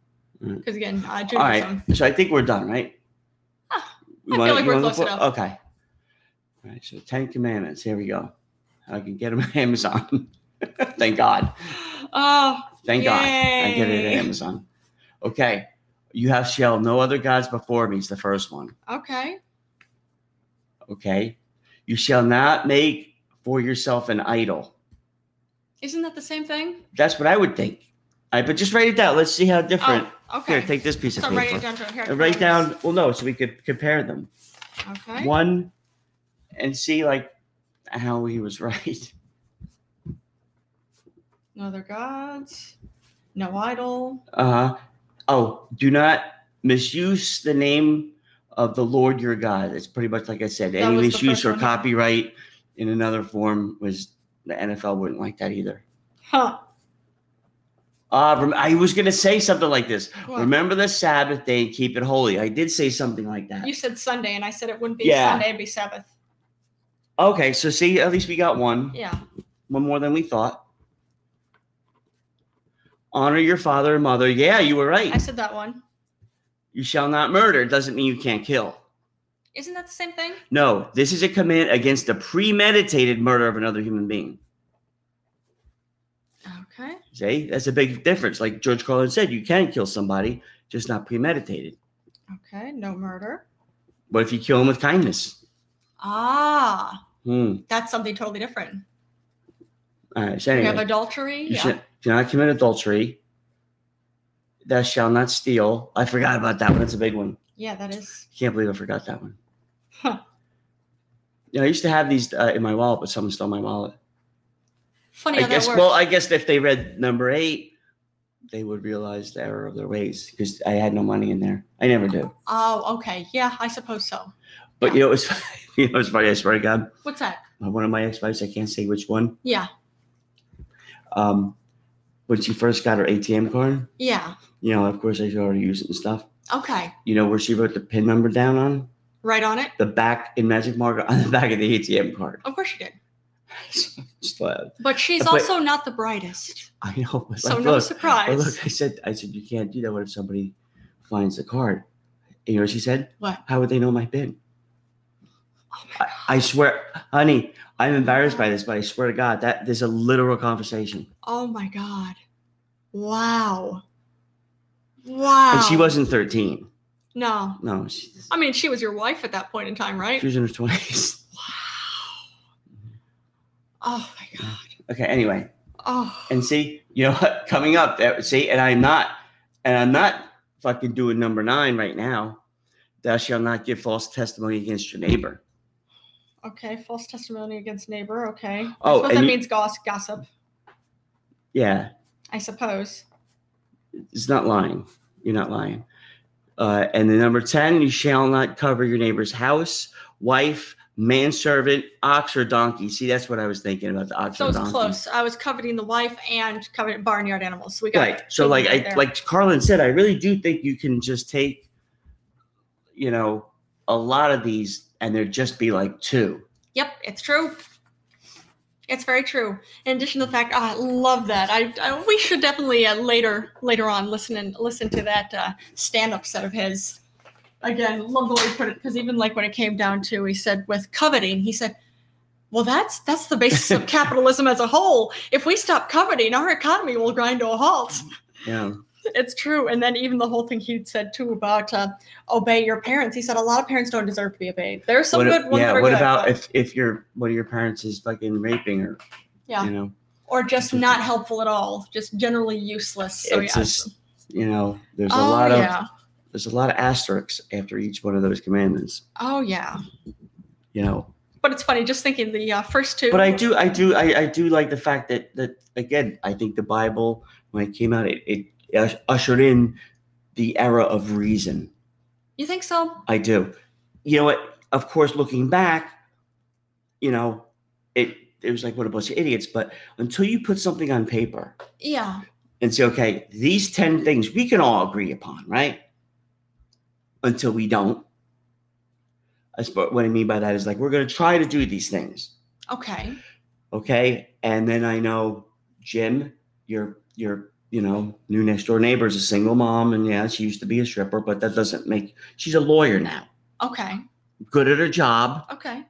right.
Because again, uh,
All right.
Judaism.
So I think we're done, right?
Ah,
You
I
wanna-
feel like
you
we're
wanna
close
look for-
enough.
Okay. All right. So Ten Commandments. Here we go. I can get them at Amazon. Thank God.
Oh,
Thank God. I get it
Yay.
at Amazon. Okay. You have shall no other gods before me is the first one.
okay.
Okay. You shall not make for yourself an idol.
Isn't that the same thing?
That's what I would think. All right, but just write it down. Let's see how different.
Oh, okay.
Here, take this piece of
so
paper.
write it down. to- Here,
And write down. Well, no, so we could compare them.
Okay.
one and see like how he was right.
No other gods. No idol.
Uh oh, do not misuse the name of the Lord your God. It's pretty much like I said,
That
any
was the
misuse
first
or
one.
copyright in another form was the NFL wouldn't like that either.
Huh.
Uh, rem- I was gonna say something like this.
What?
Remember the Sabbath day and keep it holy. I did say something like that.
You said Sunday, and I said it wouldn't be
Yeah.
Sunday, it'd be Sabbath.
Okay, so see, at least we got one,
Yeah.
one more than we thought. Honor your father and mother. Yeah, you were right.
I said that one.
You shall not murder doesn't mean you can't kill.
Isn't that the same thing?
No, this is a command against the premeditated murder of another human being.
Okay.
See, that's a big difference. Like George Carlin said, you can kill somebody, just not premeditated.
Okay. No murder.
What if you kill him with kindness?
Ah,
Hmm.
that's something totally different.
All right. So
We
anyway,
have adultery.
you
Yeah.
should, do not commit adultery. Thou shall not steal. I forgot about that one. That's a big one.
Yeah, that is.
Can't believe I forgot that one.
Huh.
You know, I used to have these uh, in my wallet, but someone stole my wallet.
Funny
I
how
guess.
that works.
Well, I guess if they read number eight, they would realize the error of their ways because I had no money in there. I never do.
oh, okay. Yeah, I suppose so.
But you know, it's you know, it's funny. I swear to God,
What's that?
one of my ex-wives, I can't say which one.
Yeah.
Um, when she first got her ATM card,
Yeah.
you know, of course, I already use it and stuff.
Okay.
You know where she wrote the pin number down on
Right on it.
the back in magic marker on the back of the ATM card.
Of course you did.
Just loud.
But she's
But-
also not the brightest.
I know. but
So
like,
no
look, But
surprise.
look, I said, I said, you can't do that. What if somebody finds the card? And you know what she said?
What?
How would they know my PIN?
Oh my
I, I swear, honey, I'm embarrassed by this, but I swear to God, that there's a literal conversation.
Oh my god. Wow. Wow.
And she wasn't 13.
No.
No, she,
I mean, she was your wife at that point in time, right?
she was in her 20s.
Oh my god.
Okay, anyway.
Oh.
And see, you know what? Coming up, that, see, and I'm not, and I'm not fucking doing number nine right now. Thou shalt not give false testimony against your neighbor.
Okay, false testimony against neighbor. Okay. I
Oh,
suppose
and
that
you-
means goss- gossip,
Yeah,
I suppose.
it's not lying. You're not lying. Uh, and the number 10, you shall not cover your neighbor's house, wife, manservant, ox, or donkey. See, that's what I was thinking about the ox
So
or
it's
donkey.
close. I was coveting the wife and coveting barnyard animals. So we got
Right. So,
two
like
right
I
there.
like Carlin said, I really do think you can just take, you know, a lot of these and there'd just be like two.
Yep, it's true. It's very true. In addition to the fact, oh, I love that. I, I we should definitely uh, later later on listen and listen to that uh, stand up set of his. Again, love the way he put it because even like when it came down to, he said with coveting, he said, "Well, that's that's the basis of capitalism as a whole. If we stop coveting, our economy will grind to a halt."
Yeah.
It's true. And then even the whole thing he said too about uh, obey your parents. He said a lot of parents don't deserve to be obeyed. There are some
what,
good ones.
yeah.
that are
What
good.
about if if your one of your parents is fucking raping or
Yeah.
you know
or just not helpful at all, just generally useless. So
it's
yeah.
just you know there's a
oh
lot of
yeah.
there's a lot of asterisks after each one of those commandments.
Oh yeah.
You know,
But it's funny just thinking the uh, first two.
but I do, I do, I, I do like the fact that that again, I think the Bible when it came out, it, it us- ushered in the era of reason.
You think so?
I do. You know what? Of course, looking back, you know, it it was like what a bunch of idiots. But until you put something on paper
Yeah.
and say, okay, these ten things we can all agree upon, right? Until we don't. I suppose what I mean by that is like we're going to try to do these things.
Okay.
okay and then i know jim your your you know new next door neighbor is a single mom and yeah she used to be a stripper but that doesn't make she's a lawyer now
Okay.
good at her job
Okay.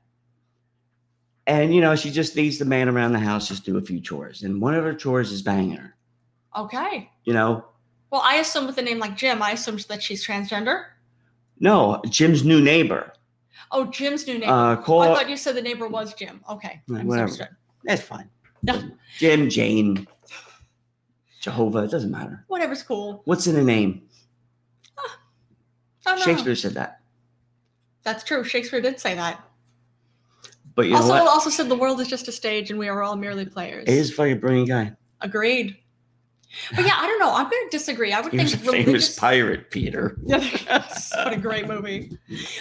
and you know she just needs the man around the house just do a few chores and one of her chores is banging her
Okay.
you know
Well, I assume with a name like Jim, I assume that she's transgender.
no jim's new neighbor
Oh, Jim's new neighbor.
uh
Oh,
call
I thought you said the neighbor was Jim. Okay. I
Whatever.
misunderstood.
that's fine
No.
Doesn't- jim jane jehovah it doesn't matter
Whatever's cool.
what's in a name
I don't know.
shakespeare said that
That's true. Shakespeare did say that.
but you
also,
know what
also said the world is just a stage and we are all merely players.
he is a fucking brilliant guy
Agreed. But yeah, I don't know. I'm going to disagree. I would
He was a
think
famous
religious.
pirate, Peter.
Yeah, there it goes. what a great movie.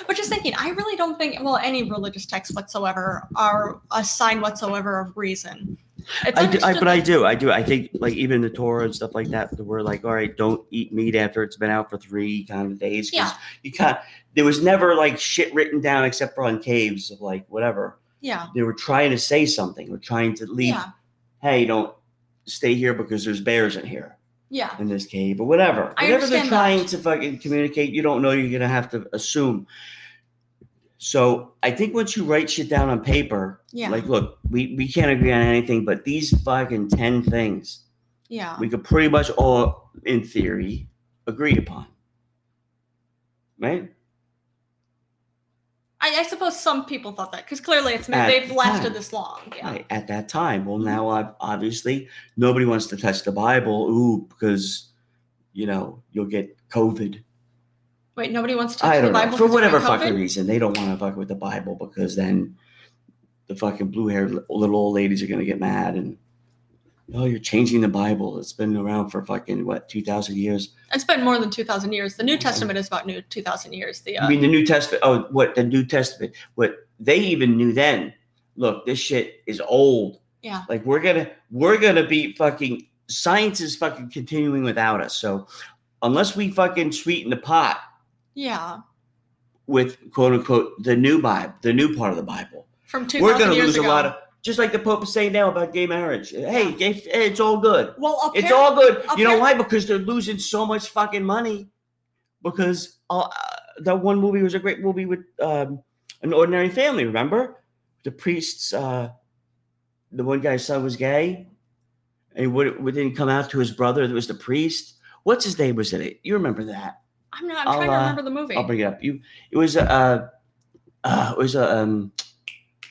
But just thinking, I really don't think well any religious text whatsoever are a sign whatsoever of reason. It's
I do, I,
understood
but I do, I do. I think like even the Torah and stuff like that, the word like, all right, don't eat meat after it's been out for three kind of days. 'cause
Yeah.
You kind there was never like shit written down except for on caves of like whatever.
yeah,
They were trying to say something. We're trying to leave.
yeah,
Hey, don't stay here because there's bears in here
yeah,
in this cave or whatever.
I
whatever they're
understand that.
trying to fucking communicate, you don't know. You're gonna have to assume. So I think once you write shit down on paper,
yeah,
Like, look, we, we can't agree on anything, but these fucking 10 things
yeah.
we could pretty much all, in theory, agree upon. Right?
I, I suppose some people thought that because clearly it's meant
At
they've
the
lasted
time.
this long. Yeah, Mm-hmm.
Right. At that time. Well, now I've, obviously nobody wants to touch the Bible. Ooh, because, you know, you'll get COVID.
Wait, nobody wants to touch
I
the
don't know.
Bible
For
'cause of
whatever
COVID?
fucking reason, they don't want to fuck with the Bible because then the fucking blue haired little old ladies are going to get mad and, oh, you're changing the Bible. It's been around for fucking, what, 2,000 years?
It's been more than two thousand years. The New Testament is about new two thousand years. The
I
uh,
mean the New Testament? Oh, what the New Testament? What they even knew then? Look, this shit is old.
Yeah.
Like we're gonna we're gonna be fucking science is fucking continuing without us. So unless we fucking sweeten the pot
yeah,
with quote unquote the new Bible, the new part of the Bible,
from two
we're
thousand
gonna
years
lose
ago.
a lot of. Just like the Pope is saying now about gay marriage. Hey, gay, hey, it's all good.
well,
It's
apparent-
all good. You know
apparent-
why? Because they're losing so much fucking money. Because uh, that one movie was a great movie with um, an ordinary family. Remember, the priest's uh, the one guy's son was gay, and it would would didn't come out to his brother. That was the priest. What's his name was in it? You remember that?
I'm not. I'm
I'll,
trying to
uh,
remember the movie.
I'll bring it up. You. It was a. Uh, uh, it was a um,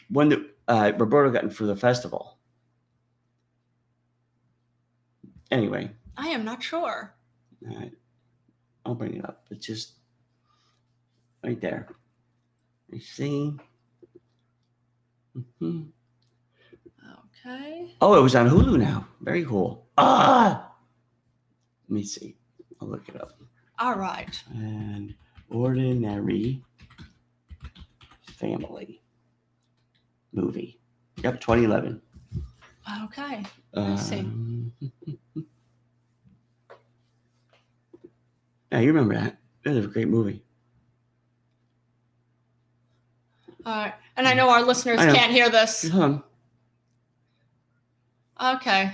one that uh, Roberto got in for the festival. Anyway.
I am not sure.
All right. I'll bring it up. It's just right there. You see? Mhm.
Okay.
Oh, it was on Hulu now. Very cool. Ah, let me see. I'll look it up.
All right.
An ordinary family movie. Yep, 2011.
Okay. I see.
Um, now you remember that? That was a great movie.
All right. And I know our listeners
I know.
can't hear this.
Hold on.
Okay.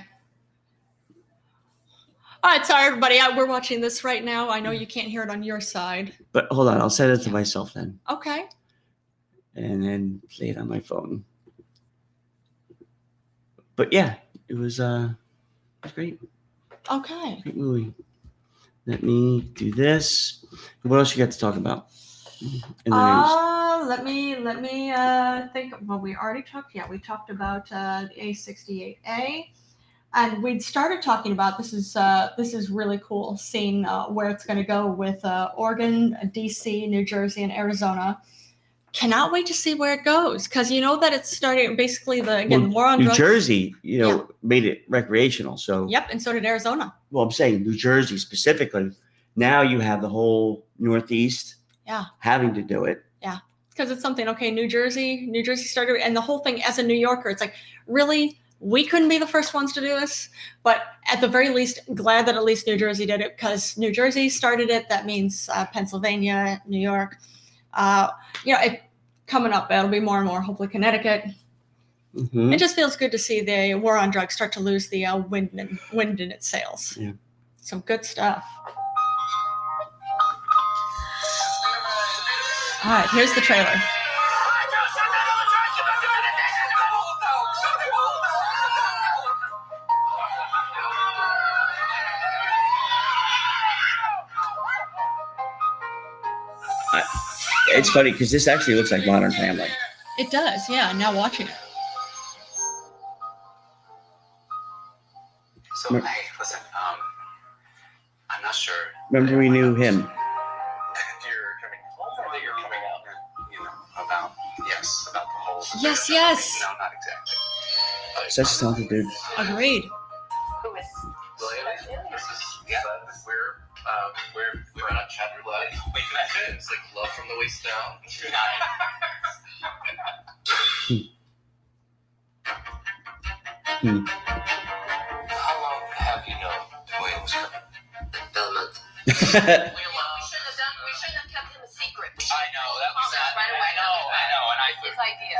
All right, sorry everybody. I- We're watching this right now. I know you can't hear it on your side.
But hold on, I'll send it to myself then,
Okay.
and then play it on my phone. But yeah, it was uh, it was great.
Okay.
Great movie. Let me do this. What else you got to talk about in the news?
Uh, let me let me uh, think. Well, we already talked. Yeah, we talked about uh, the A68A, and we'd started talking about this is uh, this is really cool. Seeing uh, where it's going to go with uh, Oregon, DC, New Jersey, and Arizona. Cannot wait to see where it goes because you know that it's starting basically the again
Well,
war on
New
drugs.
Jersey, you know, made it recreational. So,
Yep, and so did Arizona.
well, I'm saying New Jersey specifically. Now you have the whole Northeast,
Yeah.
having to do it.
because it's something okay new jersey new jersey started and the whole thing as a new yorker it's like really we couldn't be the first ones to do this but at the very least glad that at least new jersey did it because new jersey started it that means uh, pennsylvania new york uh, you know it, coming up it'll be more and more hopefully connecticut
Mhm.
it just feels good to see the war on drugs start to lose the uh, wind, in, wind in its sails
Yeah.
some good stuff all right here's the trailer
It's funny because this actually looks like Modern Family.
It does, yeah. Now watching it.
So
Mer-
hey, listen, um, I'm not sure.
Remember we knew him.
That you're coming, that you're coming out, you know, about yes, about the whole.
Yes, yes.
No, not exactly. But-
Such a talented dude.
Agreed.
Who is?
This is yeah. We're uh, we're we're on chapter blood. Wait, that's it. It's like love from the waist down.
Hmm.
How long have you known Dwayne was coming? About a month.
I
We love.
should have done. We shouldn't have kept him a secret.
I know that was
Right away.
I know, I know, and I.
His idea.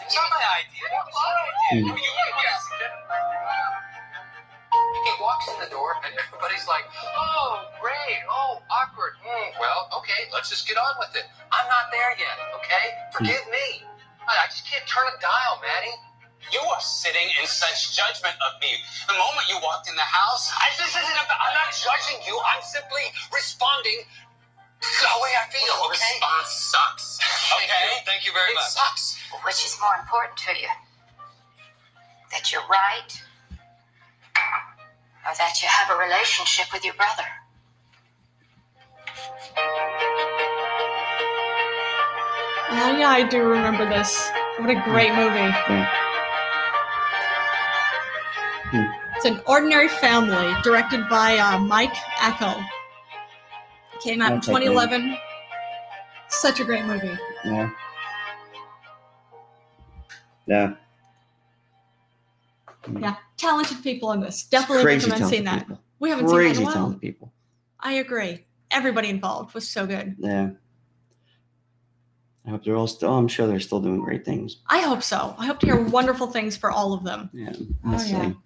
It's not my idea. It was your idea. You were guessing it. He walks in the door, and everybody's like, "Oh, great! Oh, awkward. Hmm. Well, okay, let's just get on with it. I'm not there yet. Okay, forgive me. I, I just can't turn a dial, Maddie." You are sitting in such judgment of me. The moment you walked in the house, I, this isn't about, I'm not judging you. I'm simply responding the way I feel.
Well, the
okay? response sucks. Okay. Thank you, very
much.
It sucks.
Which is more important to you? That you're right, or that you have a relationship with your brother?
Oh yeah, I do remember this. What a great movie.
Hmm.
It's an ordinary family, directed by uh, Mike Echo. Came out in
That's okay.
2011. Such a great movie.
Yeah. Yeah.
Yeah, talented people in this. Definitely
Crazy
recommend
talented
seeing that.
people.
We haven't seen
Crazy
that in a while.
talented people.
I agree. Everybody involved was so good.
Yeah. I hope they're all still. I'm sure they're still doing great things.
I hope so. I hope to hear wonderful things for all of them.
Yeah.
Oh,
That's
yeah.
it.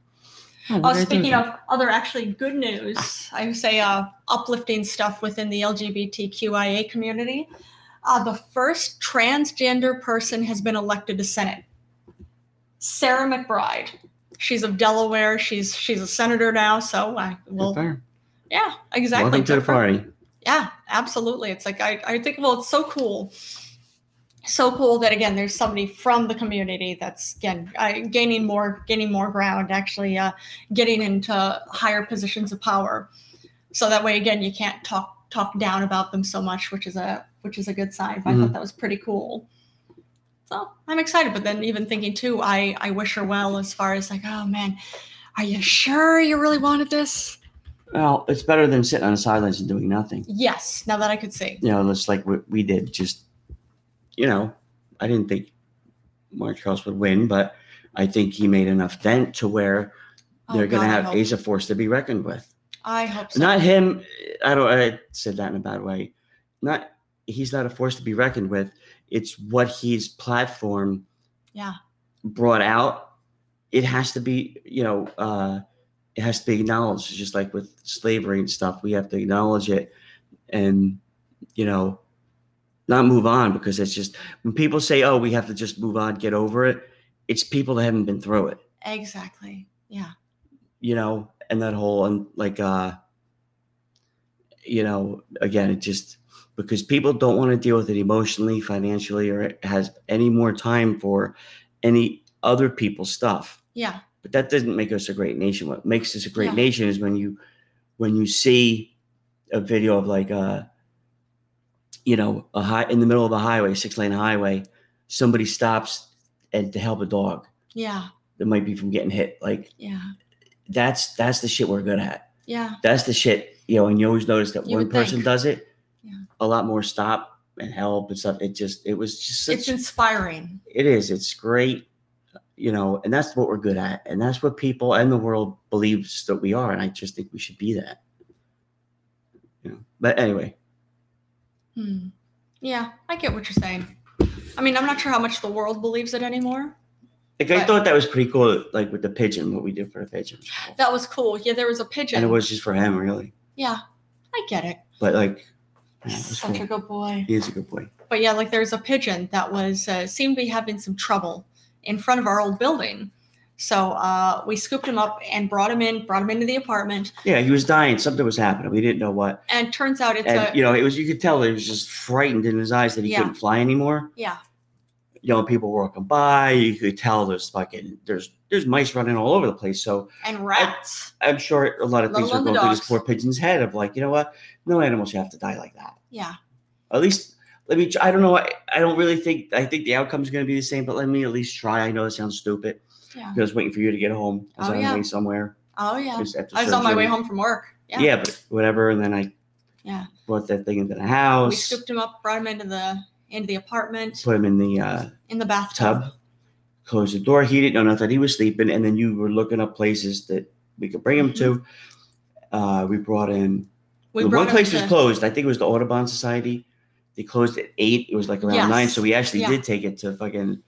Oh, speaking of other actually good news, I would say uh, uplifting stuff within the LGBTQIA community. Uh, the first transgender person has been elected to Senate. Sarah McBride. She's of Delaware. She's she's a senator now. So I
Good
will.
for her.
Yeah, exactly.
Welcome to the
Good for her.
party.
Yeah, absolutely. It's like I, I think well, it's so cool. So cool that again, there's somebody from the community that's again uh, gaining more, gaining more ground, actually uh, getting into higher positions of power. So that way, again, you can't talk talk down about them so much, which is a which is a good sign. I thought
Mhm.
that was pretty cool. So I'm excited. But then even thinking too, I, I wish her well as far as like, oh man, are you sure you really wanted this?
Well, it's better than sitting on the sidelines and doing nothing.
Yes, now that I could see.
You know, just like what we did. Just, you know, I didn't think Mark Charles would win, but I think he made enough dent to where
Oh,
they're going
God,
to
I
have
hope-
Asia Force to be reckoned with.
I hope so.
Not him. I don't. I said that in a bad way. Not he's not a force to be reckoned with. It's what his platform,
Yeah.
brought out. It has to be, you know, uh, it has to be acknowledged. Just like with slavery and stuff, we have to acknowledge it, and you know, not move on because it's just when people say, "Oh, we have to just move on, get over it." It's people that haven't been through it
Exactly. Yeah.
you know, and that whole and like uh you know, again, it just because people don't want to deal with it emotionally, financially, or has any more time for any other people's stuff.
Yeah.
But that doesn't make us a great nation. What makes us a great
Yeah.
nation is when you when you see a video of like uh you know, a high in the middle of a highway, six lane highway, somebody stops and to help a dog
Yeah.
that might be from getting hit. Like
Yeah.
that's that's the shit we're good at
Yeah.
that's the shit, you know. And you always notice that
You
one
would
person
think.
does it,
Yeah.
a lot more stop and help and stuff. It just, it was just,
It's
such,
inspiring.
it is, it's great, you know. And that's what we're good at, and that's what people and the world believes that we are. And I just think we should be that, you know. But anyway,
Hmm. Yeah, I get what you're saying. I mean, I'm not sure how much the world believes it anymore.
like I
Right.
thought that was pretty cool, like with the pigeon, what we did for the pigeon, was cool.
That was cool. Yeah, there was a pigeon.
and it was just for him, really.
yeah, I get it.
But like, yeah, it was
Such a
cool.
good boy.
he is a good boy.
But yeah, like there's a pigeon that was uh, seemed to be having some trouble in front of our old building. So uh, we scooped him up and brought him in, brought him into the apartment,
Yeah, he was dying. Something was happening. We didn't know what.
and turns out it's
and
a
you know it was you could tell it was just frightened in his eyes that he
Yeah.
couldn't fly anymore
yeah,
you know people were walking by you could tell there's fucking there's there's mice running all over the place so
and rats.
i'm sure a lot of
Let
things were
alone the
going through this
dogs.
poor pigeon's head of like you know what no animals should have to die like that
yeah,
at least let me tr- i don't know I, I don't really think i think the outcome's going to be the same but let me at least try i know it sounds stupid
yeah.
i was waiting for you to get home i was
Oh,
on
yeah.
my way somewhere
Oh yeah.
was at the
I was on my way
surgery.
home from work.
yeah.
Yeah.
but whatever and then i
Yeah.
brought that thing into the
We
house
scooped him up, brought him into the into the apartment,
put him in the uh
in the bathtub.
tub, closed the door. He didn't know nothing. He was sleeping, and then you were looking up places that we could bring him to. Uh, we brought in
Mm-hmm. We
the
brought
one
him
place was
to-
closed. I think it was the Audubon Society. They closed at eight. It was like around
Yes.
nine, so we actually
Yeah.
did take it to fucking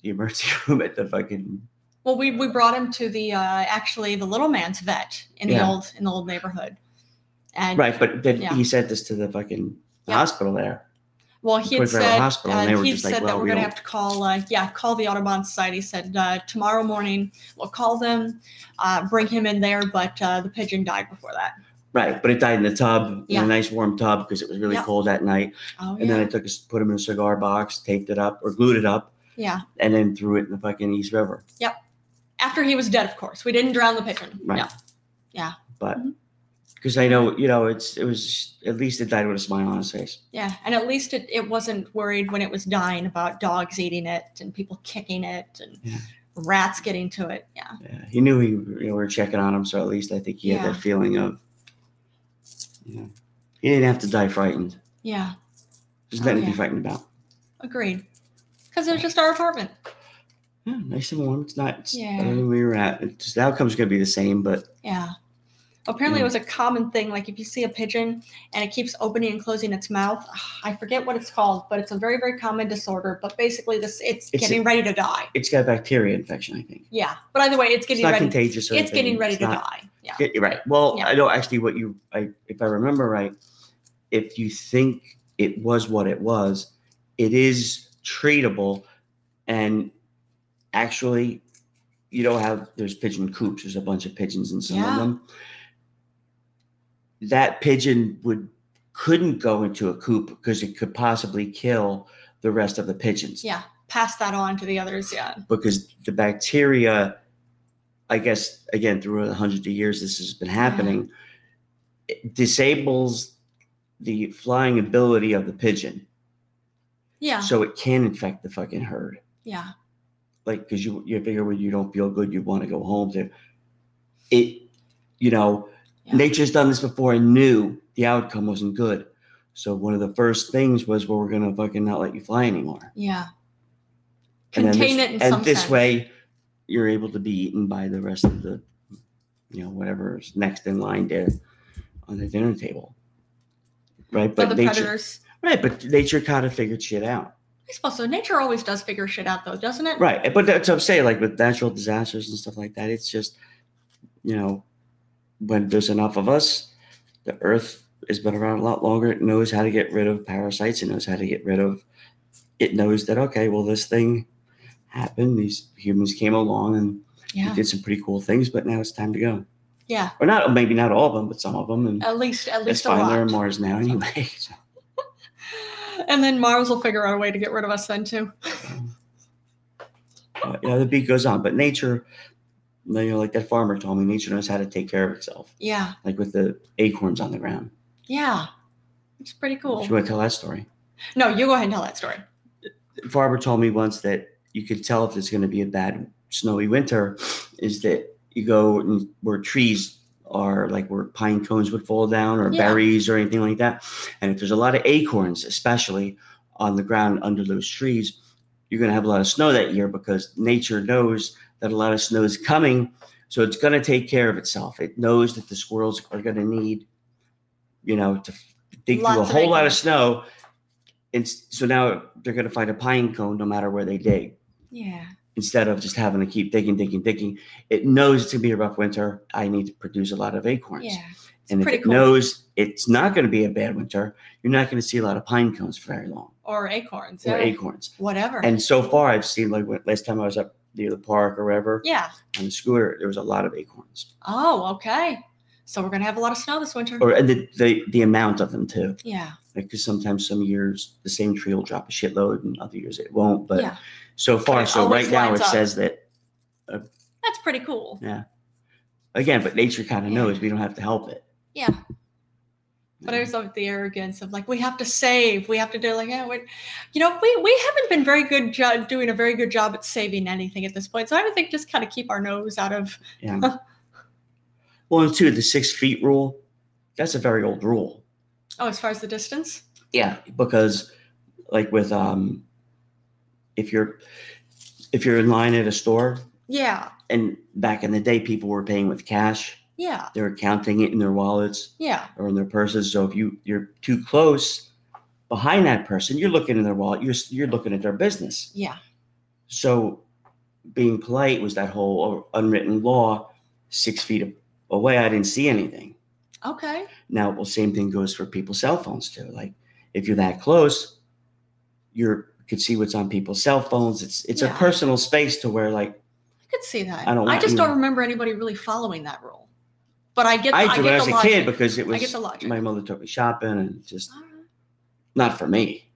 the emergency room at the fucking
Well, we, we brought him to the uh, actually the little man's vet in the
Yeah.
old in the old neighborhood, and
right. But then
Yeah.
he sent us to the fucking
Yeah.
hospital there.
well he had
Quick Rail
said
Hospital, and
uh,
they were
he
just
said
like,
that
"Well,
we're
we
gonna
don't-"
have to call uh, yeah call the Audubon Society said uh, tomorrow morning we'll call them uh, bring him in there but uh, the pigeon died before that
Right, but it died in the tub, in
Yeah.
a nice warm tub because it was really
Yeah.
cold that night.
oh
And
yeah
then I took, a, put him in a cigar box, taped it up or glued it up,
yeah
and then threw it in the fucking East River.
after he was dead of course we didn't drown the pigeon
Right.
no Yeah.
But
Mhm.
because I know, you know, it's it was at least it died with a smile on his face.
yeah and at least it, it wasn't worried when it was dying about dogs eating it and people kicking it and
Yeah.
rats getting to it yeah
Yeah, he knew we you know, were checking on him, so at least I think he had
Uh-huh. Yeah. Mm-hmm.
that feeling of, you know, he didn't have to die frightened.
yeah
There's
Oh,
nothing to
yeah.
be frightened about.
Agreed. Because it was just our apartment.
Yeah, nice and warm. It's not it's
Yeah.
better than we were at. It's just, the outcome's gonna be the same, but
Yeah. Apparently,
Yeah.
it was a common thing. Like if you see a pigeon and it keeps opening and closing its mouth, I forget what it's called, but it's a very, very common disorder. But basically, this it's,
It's
getting ready to die.
it's got bacteria infection. I think
Yeah. But either way, it's
it's
getting
not
ready.
contagious. Or
It's
anything.
getting ready to
not-
die. Yeah.
Yeah, you're right. Well,
Yeah.
I know actually what you, I, if I remember right, if you think it was what it was, it is treatable, and actually, you don't have there's pigeon coops. There's a bunch of pigeons in some
Yeah.
of them. That pigeon would couldn't go into a coop because it could possibly kill the rest of the pigeons
Yeah. Pass that on to the others. Yeah.
because the bacteria, I guess, again, through the hundreds of years this has been happening, it disables the flying ability of the pigeon.
Yeah.
So it can infect the fucking herd.
Yeah.
Like, because you you figure when you don't feel good, you want to go home. To it, you know,
Yeah.
nature's done this before and knew the outcome wasn't good. So one of the first things was, well, we're gonna fucking not let you fly anymore.
Yeah.
And then
Contain
this-
it in
and
some
this
sense.
way, you're able to be eaten by the rest of the, you know, whatever's next in line there on the dinner table. Right, but
Other
nature,
predators.
right, but nature kind of figured shit out.
I suppose so. Nature always does figure shit out, though, doesn't it?
Right. But that's what I'm saying, like with natural disasters and stuff like that, it's just, you know, when there's enough of us, the earth has been around a lot longer. It knows how to get rid of parasites. It knows how to get rid of, it knows that, okay, well, this thing happened. These humans came along and we
Yeah.
did some pretty cool things, but now it's time to go.
Yeah.
Or not, maybe not all of them, but some of them. And
At least, at
it's
least Oh, a
fine. They're
lot.
on Mars now anyway. So,
And then Mars will figure out a way to get rid of us then too.
uh, you know, the beat goes on. But nature, you know, like that farmer told me, nature knows how to take care of itself.
Yeah.
like with the acorns on the ground.
Yeah. It's pretty cool.
If you want to tell that story,
No, you go ahead and tell that story.
Farber told me once that you could tell if it's going to be a bad snowy winter is that you go and where trees are like where pine cones would fall down or
Yeah.
berries or anything like that, and if there's a lot of acorns, especially on the ground under those trees, you're going to have a lot of snow that year because nature knows that a lot of snow is coming, so it's going to take care of itself. It knows that the squirrels are going to need, you know, to f- dig
Lots
through a
of
whole lot of
acorns.
snow. And s- so now they're going to find a pine cone no matter where they dig.
Yeah.
Instead of just having to keep digging, digging, digging, it knows it's going to be a rough winter. I need to produce a lot of acorns.
Yeah.
and if
pretty
it
cool.
knows it's not going to be a bad winter, you're not going to see a lot of pine cones for very long
Or acorns.
or
yeah.
acorns.
Whatever.
And so far, I've seen like when, last time I was up near the park or wherever
yeah.
on the scooter, there was a lot of acorns,
Oh, okay. So we're gonna have a lot of snow this winter.
or and the the, the amount of them too.
yeah.
Like because sometimes some years the same tree will drop a shitload, and other years it won't. But
yeah.
so far,
it
so
always
right now
lines
it
up.
says that
That's pretty cool.
again, but nature kind of
Yeah.
knows we don't have to help it.
Yeah. But I was of the arrogance of like we have to save, we have to do like yeah, we, you know, we we haven't been very good job doing a very good job at saving anything at this point. So I would think just kind of keep our nose out of
yeah. well, and two, the six feet rule, that's a very old rule.
oh, as far as the distance.
Yeah, because like with um, if you're if you're in line at a store,
Yeah,
and back in the day, people were paying with cash.
yeah,
They were counting it in their wallets
yeah,
or in their purses. So if you you're too close behind that person, you're looking in their wallet. You're you're looking at their business.
yeah,
So being polite was that whole unwritten law. Six feet away, I didn't see anything.
okay,
Now, well, same thing goes for people's cell phones too. Like if you're that close, you're you could see what's on people's cell phones. It's it's
Yeah.
a personal space to where like
I could see that.
I
I,
don't want
just
you-
don't remember anybody really following that rule. But I get, the,
I did
I get
when I
the
was a
logic.
kid because it
I get
was
the logic.
my mother took me shopping and just
Alright.
not for me.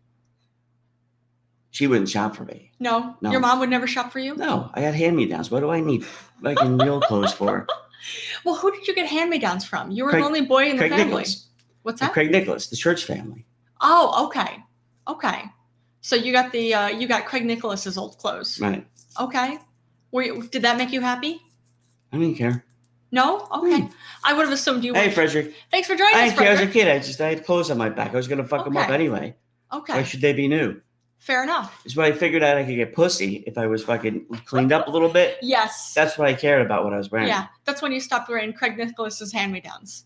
She wouldn't shop for me.
No,
No.
your mom would never shop for you.
No, I got hand me downs. What do I need like in real clothes for?
Well, who did you get hand-me-downs from? You were
Craig-
the only boy in the
Craig
family.
Nicholas.
What's that?
Craig Nicholas, the church family.
Oh, okay. Okay. So you got the uh, you got Craig Nicholas's old clothes.
Right.
Okay. Were you, did that make you happy?
I didn't care.
No? Okay. I would have assumed you
Hmm. Hey
would.
Frederick.
Thanks for joining us,
I didn't care as a
Frederick.
kid. I just I had clothes on my back. I was gonna fuck them up
Okay.
anyway. Why
Okay.
should they be new?
Fair enough.
It's when I figured out I could get pussy if I was fucking cleaned up a little bit.
Yes.
That's what I cared about what I was wearing.
yeah. That's when you stopped wearing Craig Nicholas's hand-me-downs.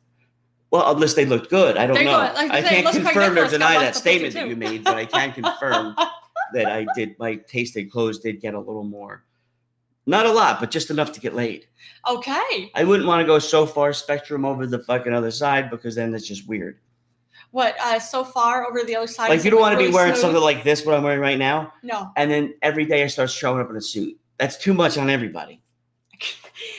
Well, unless they looked good, I don't
There you
know.
go. Like you
I
say,
can't
let's crack
confirm
that
or
first
deny
couple
that
of
statement
pussy
that you
too.
made, but I can confirm that I did. My taste in clothes did get a little more, not a lot, but just enough to get laid.
Okay.
I wouldn't want to go so far spectrum over the fucking other side because then that's just weird.
What uh so far over the other side?
Like
is
you don't want to be
really
wearing
smooth?
something like this what I'm wearing right now,
No.
and then every day I start showing up in a suit. That's too much on everybody.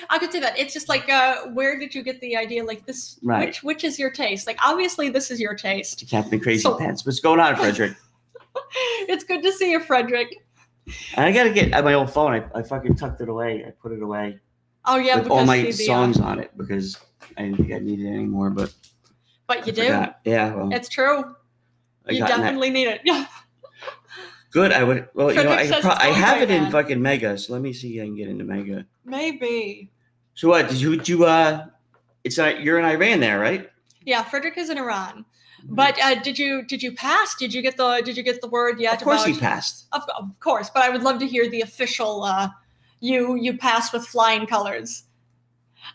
I could say that. It's just like uh where did you get the idea like this
Right.
which which is your taste? Like obviously this is your taste.
To Captain Crazy
So-
Pants. What's going on, Frederick?
it's good to see you, Frederick.
And I gotta get uh, my old phone. I, I fucking tucked it away. I put it away
Oh yeah,
with all my
the, the, uh,
songs on it because I didn't think I needed it anymore. But
but
I
you do.
forgot. Yeah. Well,
It's true.
I
you
got in that-
definitely need it. Yeah.
Good. I would. Well, you know,
Frederick
I,
says
pro-
it's
I
going
have
great,
it in
man.
fucking Mega. So let me see if I can get into Mega.
Maybe.
So what did you do? Uh, it's not you're in Iran there, right?
Yeah, Frederick is in Iran.
Mm-hmm.
But uh, did you did you pass? Did you get the did you get the word yet?
of course
about,
he passed.
Of, of course, but I would love to hear the official. Uh, you you passed with flying colors.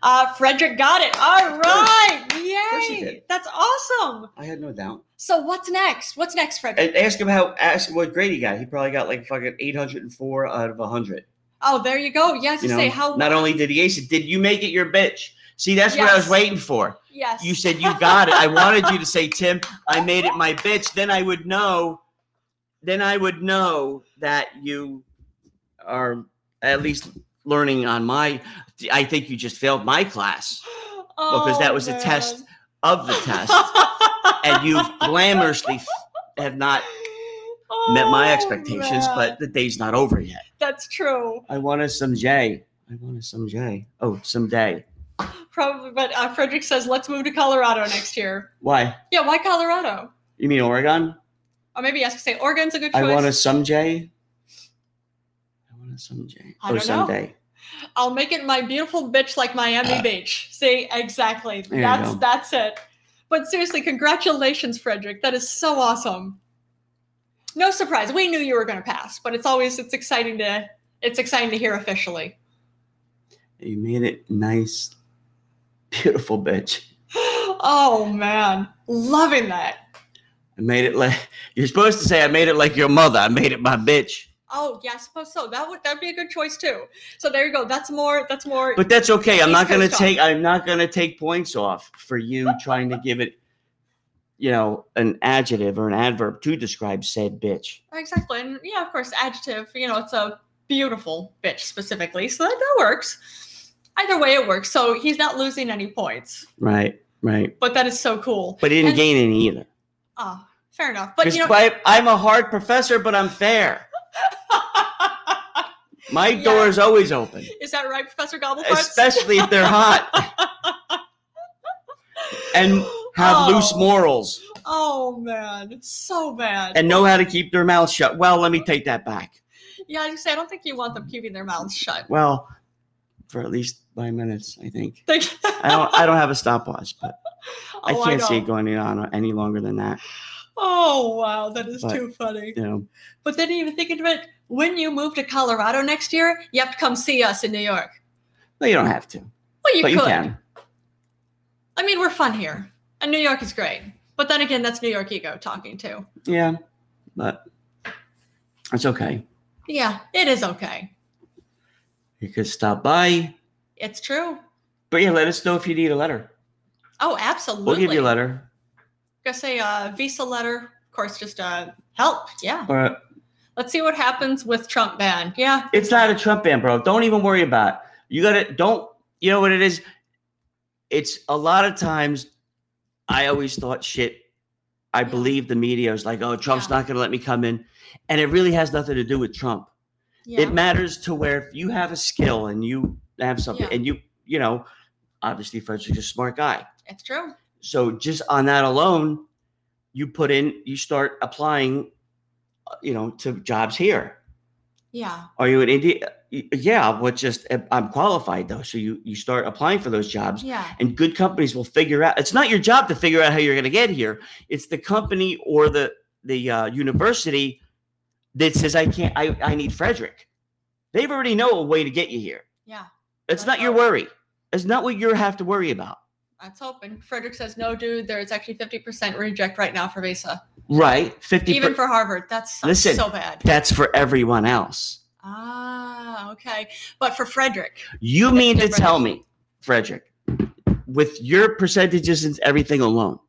Uh, Frederick got it. All right, yay!
course he did.
That's awesome.
I had no doubt.
So what's next? What's next, Frederick?
And ask him how. Ask him what grade he got. He probably got like fucking 804 out of 100.
oh, there you go. Yes,
You
you
know,
say how.
not only did he ace it, did you make it your bitch? See, that's what I was
Yes.
waiting for.
yes,
You said you got it. I wanted you to say, Tim, I made it my bitch. Then I would know. Then I would know that you are at least learning on my. I think you just failed my class
Oh,
because that was a test of the test, and you glamorously f- have not met my
Oh,
expectations.
man.
But the day's not over yet.
that's true.
I want us some J. I want us some J. Oh, someday.
Probably, but uh, Frederick says let's move to Colorado next year.
Why?
Yeah, why Colorado?
You mean Oregon?
Or maybe yes, say Oregon's a good choice.
I want a someday. I want a someday.
I don't
or
know.
someday.
I'll make it my beautiful bitch like Miami Beach. See, exactly.
Ah. There you
that's
go.
that's it. But seriously, congratulations, Frederick. That is so awesome. No surprise. We knew you were going to pass, but it's always it's exciting to it's exciting to hear officially.
You made it nice, beautiful bitch.
Oh man, loving that.
I made it like you're supposed to say. I made it like your mother. I made it my bitch.
Oh yeah, I suppose so. That would that'd be a good choice too. So there you go. That's more. That's more.
But that's okay. I'm
East
not gonna
Coast
take. I'm not gonna take points off for you trying to give it, you know, an adjective or an adverb to describe said bitch.
Exactly. And yeah, of course, adjective, you know, it's a beautiful bitch specifically. So that, that works. Either way, it works. So he's not losing any points,
Right. Right.
but that is so cool.
But he didn't
And-
gain any either.
Ah, fair enough. But you know,
Just by- I'm a hard professor, but I'm fair. My
Yeah.
door is always open.
is that right, Professor Gobblefarts?
especially if they're hot and have
Oh.
loose morals
Oh, man. So bad.
and know how to keep their mouth shut. Well, let me take that back.
yeah, I just say, I don't think you want them keeping their mouths shut.
Well, for at least five minutes, I think.
Think-
I don't. I don't have a stopwatch, but I
Oh,
can't see
know.
it going on any longer than that.
Oh, wow. That is
But-
too funny.
You know,
But then even thinking of it, when you move to Colorado next year, you have to come see us in New York.
no, you don't have to,
Well, you
but
could.
you can.
I mean, we're fun here, and New York is great. But then again, that's New York ego talking too.
Yeah, but it's okay.
Yeah, it is okay.
You could stop by,
It's true.
but yeah, let us know if you need a letter.
Oh, absolutely.
We'll give you a letter
Gonna say a visa letter, of course, just uh, help. Yeah.
or a
Let's see what happens with Trump ban. Yeah.
It's not a Trump ban, bro. Don't even worry about it. You gotta don't you know what it is? It's a lot of times I always thought shit. I
Yeah.
believe the media is like, oh, Trump's
Yeah.
not gonna let me come in. And it really has nothing to do with Trump.
Yeah.
It matters to where if you have a skill and you have something
Yeah.
and you, you know, obviously Frederick's a smart guy.
it's true.
So just on that alone, you put in, you start applying, uh, you know, to jobs here.
Yeah.
Are you an Indian? Yeah, what just eh, I'm qualified though. So you you start applying for those jobs,
Yeah.
and good companies will figure out. It's not your job to figure out how you're going to get here. It's the company or the the uh, university that says I can't. I I need Frederick. They've already know a way to get you here.
Yeah.
That's not your worry. That's not what you have to worry about.
That's open. Frederick says, no, dude, there's actually 50% reject right now for visa.
Right? Fifty.
Even for Harvard. That's so,
Listen.
so bad.
that's for everyone else.
Ah, okay. But for Frederick,
You mean to
different.
tell me, Frederick, with your percentages and everything alone,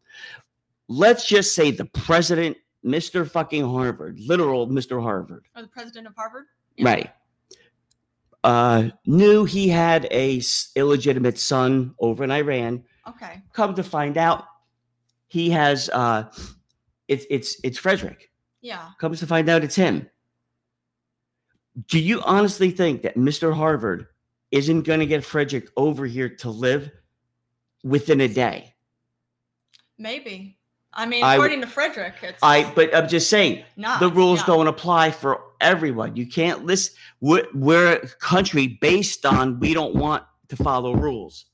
let's just say the president, Mr. fucking Harvard, literal Mr. Harvard,
or the president of Harvard? Yeah.
right? Uh, knew he had a s- illegitimate son over in Iran.
Okay.
Come to find out, he has uh, it's it's it's Frederick.
Yeah.
Comes to find out, it's him. Do you honestly think that Mr. Harvard isn't going to get Frederick over here to live within a day?
Maybe. I mean,
I-
according to Frederick, it's
I but I'm just saying
not
the rules
Uh, yeah.
don't apply for everyone. You can't list we're, we're a country based on we don't want to follow rules.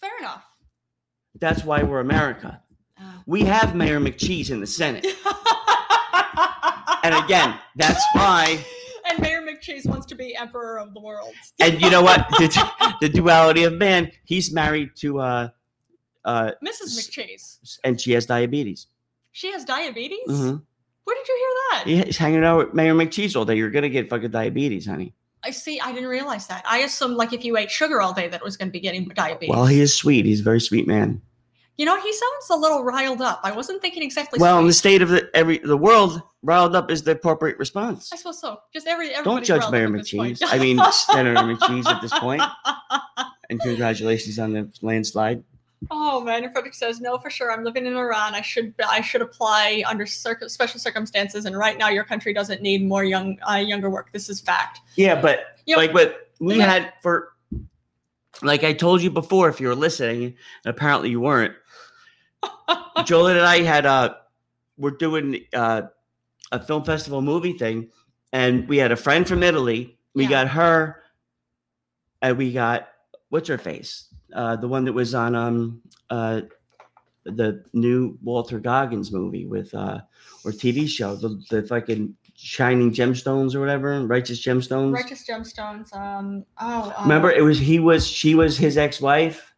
Fair enough.
That's why we're America.
Uh.
We have Mayor McCheese in the Senate. And again, that's why
and Mayor McCheese wants to be emperor of the world.
and you know what? The, the duality of man, he's married to uh uh
Mrs. McCheese,
and she has diabetes.
she has diabetes.
Mhm.
Where did you hear that?
He's hanging out with Mayor McCheese all day. You're gonna get fucking diabetes, honey.
I see. I didn't realize that. I assumed like if you ate sugar all day, that was going to be getting diabetes.
Well, he is sweet. He's a very sweet man.
you know, he sounds a little riled up. I wasn't thinking exactly.
well, in
sweet.
the state of the every the world, riled up is the appropriate response.
I suppose so. Just every
Don't
everybody's
judge
riled up
Mayor
at this point.
McCheese. I mean, Senator McCheese at this point. And congratulations on the landslide.
Oh man, and Frederick says no for sure. I'm living in Iran. I should I should apply under circ- special circumstances. And right now, your country doesn't need more young uh, younger work. This is fact.
Yeah, but
You know,
like what we
Yeah.
had for, like I told you before, if you were listening, and apparently you weren't. Jolene and I had uh, we're doing uh, a film festival movie thing, and we had a friend from Italy. We
Yeah.
got her, and we got what's her face, uh, the one that was on um uh the new Walter Goggins movie with uh or TV show the the fucking Shining Gemstones or whatever, Righteous Gemstones.
righteous gemstones. Um. Oh. um,
Remember, it was he was she was his ex wife.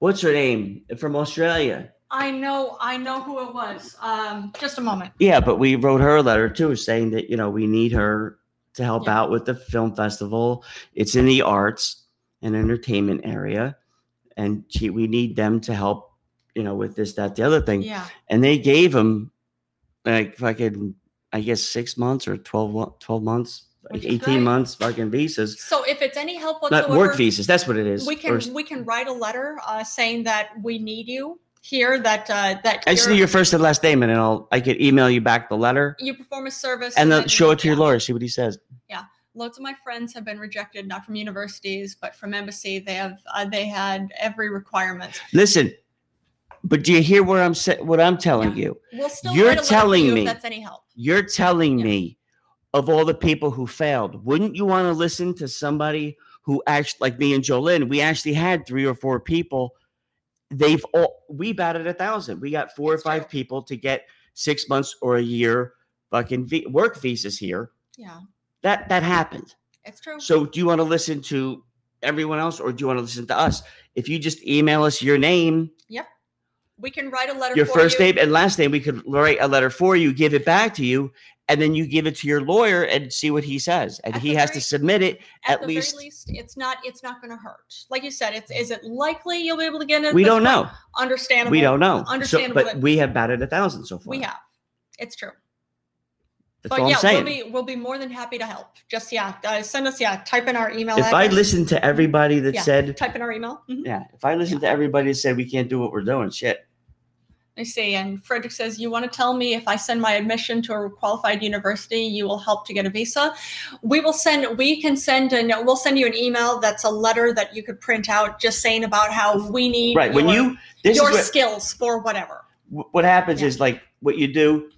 What's her name from Australia?
I know. I know who it was. Um. Just a moment.
Yeah, but we wrote her a letter too, saying that you know we need her to help
Yeah.
out with the film festival. It's in the arts and entertainment area, and she we need them to help. You know, with this, that, the other thing,
Yeah.
and they gave him like fucking, I guess six months or 12, wo- 12 months, like
Which is
eighteen
great.
months, fucking visas,
So if it's any help
not
whatsoever,
work visas. That's what it is.
we
or-
can we can write a letter uh, saying that we need you here. That uh, that
I just
you're-
need your first and last name, and then I'll I could email you back the letter
you perform a service
and then show it to your
yeah.
lawyer. See what he says.
loads of my friends have been rejected not from universities but from embassy they have uh, they had every requirement
Listen, but do you hear where I'm sa- what I'm telling you?
we'll still
You're
write a letter for
telling
you
me-
if that's any help
You're telling
Yeah.
me of all the people who failed, wouldn't you want to listen to somebody who actually like me and Jolene? We actually had three or four people. They've all we batted a thousand. We got four
That's
or five
true.
people to get six months or a year fucking vi- work visas here.
yeah
That that happened.
it's true
So do you want to listen to everyone else or do you want to listen to us? If you just email us your name,
we can write a letter
your
for
first
you.
name and last name, we could write a letter for you, give it back to you, and then you give it to your lawyer and see what he says. And
At
he
the
has
very-
to submit it.
at,
at
the
least-
very least it's not it's not going to hurt like you said it's is it likely you'll be able to get it
We
That's
don't know.
understandable
We don't know. So,
understandable
but
that-
we have batted a thousand so far.
we have it's true
That's
but
all
yeah
I'm saying.
we'll be we'll be more than happy to help just yeah uh, send us yeah type in our email
if I
address.
listened to everybody that
Yeah.
said,
type in our email Mhm.
yeah, if I listened to everybody that said we can't do what we're doing, shit.
I see. And Frederick says, You want to tell me if I send my admission to a qualified university, you will help to get a visa? We will send, we can send, a, no, we'll send you an email that's a letter that you could print out just saying about how we need
Right. When
your,
you, this
your
is what,
skills for whatever.
wh- what happens
Yeah.
is like what you do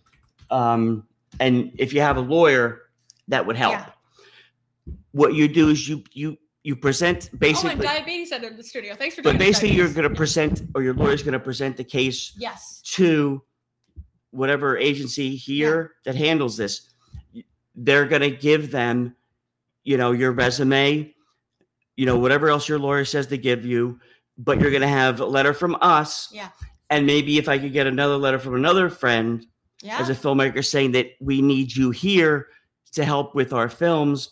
um and if you have a lawyer that would help
Yeah.
what you do is you you you present
oh, and
basically
diabetes at the studio. Thanks for doing
but
that,
basically you're
diabetes.
going to present or your lawyer's going to present the case
Yes.
to whatever agency here that handles this they're going to give them you know your resume you know whatever else your lawyer says to give you but you're going to have a letter from us
Yeah.
and maybe if i could get another letter from another friend
Yeah.
as a filmmaker saying that we need you here to help with our films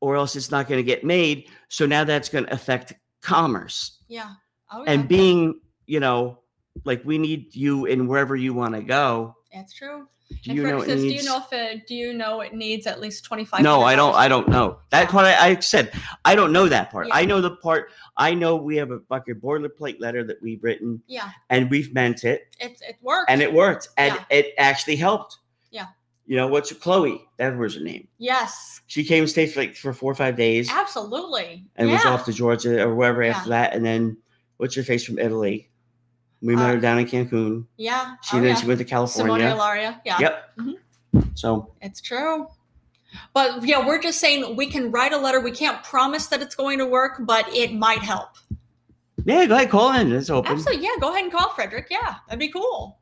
or else it's not going to get made so now that's going to affect commerce
yeah. Oh, yeah.
and being you know like we need you in wherever you want to go
That's true.
do
and
you know
Frederick
it
says,
needs
Do you know if it, do you know it needs at least 25
no i don't i don't know that
Yeah.
part I, I said i don't know that part
Yeah.
i know the part i know we have a fucking boilerplate letter that we've written
Yeah.
and we've meant it
It, it works.
and it worked and
Yeah.
it actually helped
Yeah.
you know what's chloe that was her name
Yes.
she came to stay for like for four or five days
Absolutely.
and
yeah.
was off to Georgia or wherever after that. And then what's your face from Italy? We met
Uh,
her down in Cancun.
Yeah.
She
oh,
then
yeah.
she went to
Simone
California.
Ilaria. Yeah.
Yep.
Mhm.
So
It's true. But yeah, we're just saying we can write a letter. We can't promise that it's going to work, but it might help.
yeah, go ahead, call in. It's open.
Absolutely. Yeah. Go ahead and call Frederick. Yeah. That'd be cool.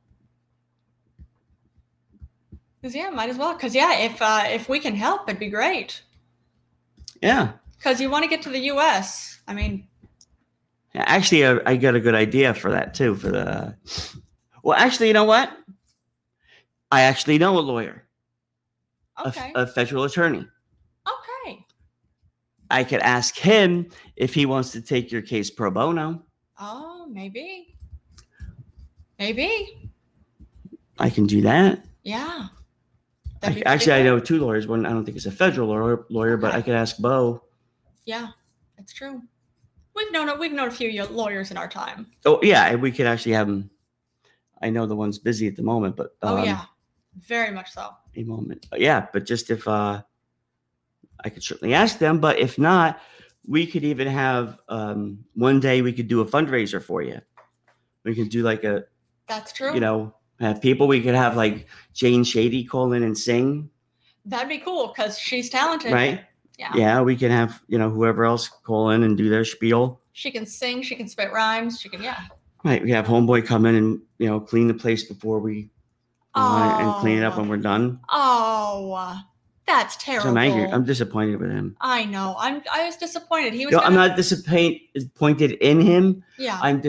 Cause yeah, might as well. Cause yeah, if uh, if we can help, it'd be great.
Yeah.
Cause you want to get to the U.S. I mean,
Yeah, Actually, I, I got a good idea for that too. For the well, actually, you know what? I actually know a lawyer, a f-
okay,
a, federal attorney.
okay.
I could ask him if he wants to take your case pro bono.
Oh, maybe, maybe.
I can do that.
Yeah.
I,
That'd be
actually, I
pretty
know
good.
two lawyers. One, I don't think it's a federal lawyer, lawyer but I could ask Bo.
Yeah, that's true. We've known we've known a few yo- lawyers in our time.
Oh yeah, and we could actually have him. I know the one's busy at the moment, but
Oh
um,
yeah, very much so.
a moment. Yeah, but just if uh, I could certainly ask them, but if not, we could even have um, one day we could do a fundraiser for you. We could do like a,
That's true.
you know, have people. We could have like Jane Shady call in and sing,
That'd be cool because she's talented.
right?
Yeah.
Yeah, we can have you know whoever else call in and do their spiel.
She can sing. She can spit rhymes. She can yeah.
Right, we have homeboy come in and you know clean the place before we go on and clean it up
Oh.
when we're done.
Oh, uh, that's terrible.
So I'm angry. I'm disappointed with him.
I know. I'm. I was disappointed. He was.
No, I'm
gonna-
not disappointed disappointed in him.
Yeah.
I'm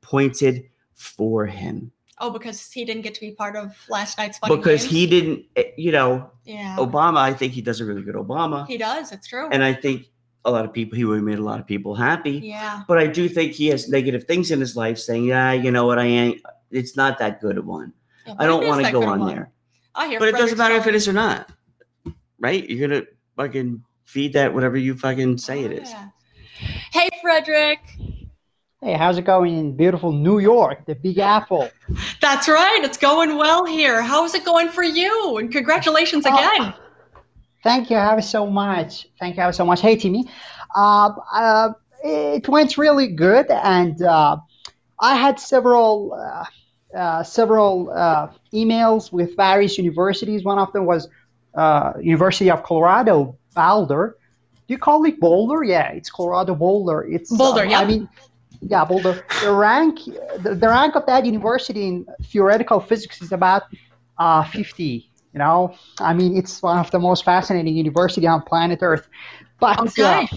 disappointed for him
oh, because he didn't get to be part of last night's funny.
because
games?
he didn't, eh, you know,
Yeah.
Obama. I think he does a really good Obama,
he does. It's true.
and I think a lot of people he would have made a lot of people happy.
yeah.
But I do think he has negative things in his life, saying, "Yeah, you know what, I ain't. It's not that good of one.
Yeah,
I
but
don't
it is
want to
that
go
good of
on
one.
there."
I hear.
But it doesn't
Frederick's
matter if
calling.
it is or not, right? You're gonna fucking feed that whatever you fucking say it is.
Yeah. Hey, Frederick.
Hey, how's it going in beautiful New York, the Big Apple?
That's right. It's going well here. How's it going for you? And congratulations
Oh.
again.
Thank you ever so much. Thank you ever so much. Hey, Timmy. Uh, uh, it went really good, and uh, I had several uh, uh, several uh, emails with various universities. One of them was uh, University of Colorado Boulder. Do you call it Boulder? Yeah, it's Colorado Boulder. It's uh,
Boulder, yeah.
I mean, yeah, Boulder. The rank the, the rank of that university in theoretical physics is about uh, 50. You know, I mean, it's one of the most fascinating university on planet Earth. But
Okay.
uh,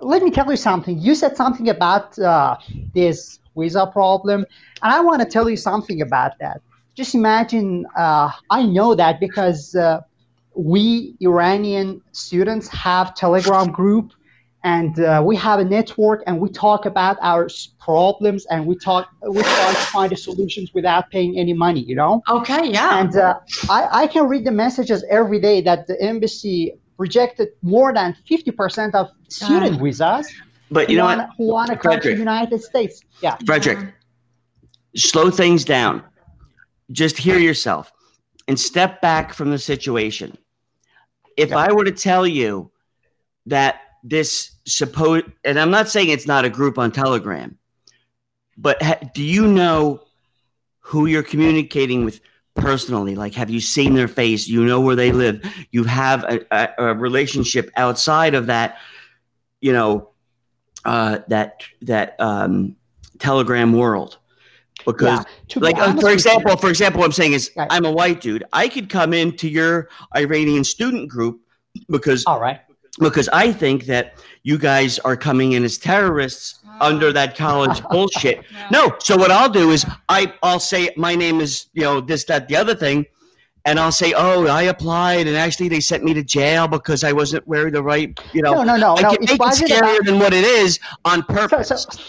let me tell you something. You said something about uh, this visa problem, and I want to tell you something about that. Just imagine, uh, I know that because uh, we Iranian students have Telegram group, and uh, we have a network, and we talk about our s- problems, and we talk, we try to find the solutions without paying any money. You know.
Okay. Yeah.
And uh, I, I can read the messages every day that the embassy rejected more than 50% of student visas
But you
who
know
wanna,
what,
who wanna come to
Frederick.
the United States. Yeah.
Frederick? slow things down. Just hear yourself and step back from the situation. If I were to tell you that this supposed, and I'm not saying it's not a group on Telegram, but ha- do you know who you're communicating with personally? Like, have you seen their face? You know where they live. You have a, a, a relationship outside of that, you know, uh, that that um, Telegram world. Because
yeah. To be
like uh,
honest
for
with
example
you-
for example what i'm saying is
Right.
i'm a white dude i could come into your iranian student group because
all right.
because i think that you guys are coming in as terrorists
Ah.
under that college bullshit
Yeah.
no so what i'll do is i i'll say my name is you know this that the other thing and i'll say oh i applied and actually they sent me to jail because i wasn't wearing the right you know
No, no, no,
I
no.
can make
It
it
wasn't
scarier
about
than what it is on purpose.
So, so,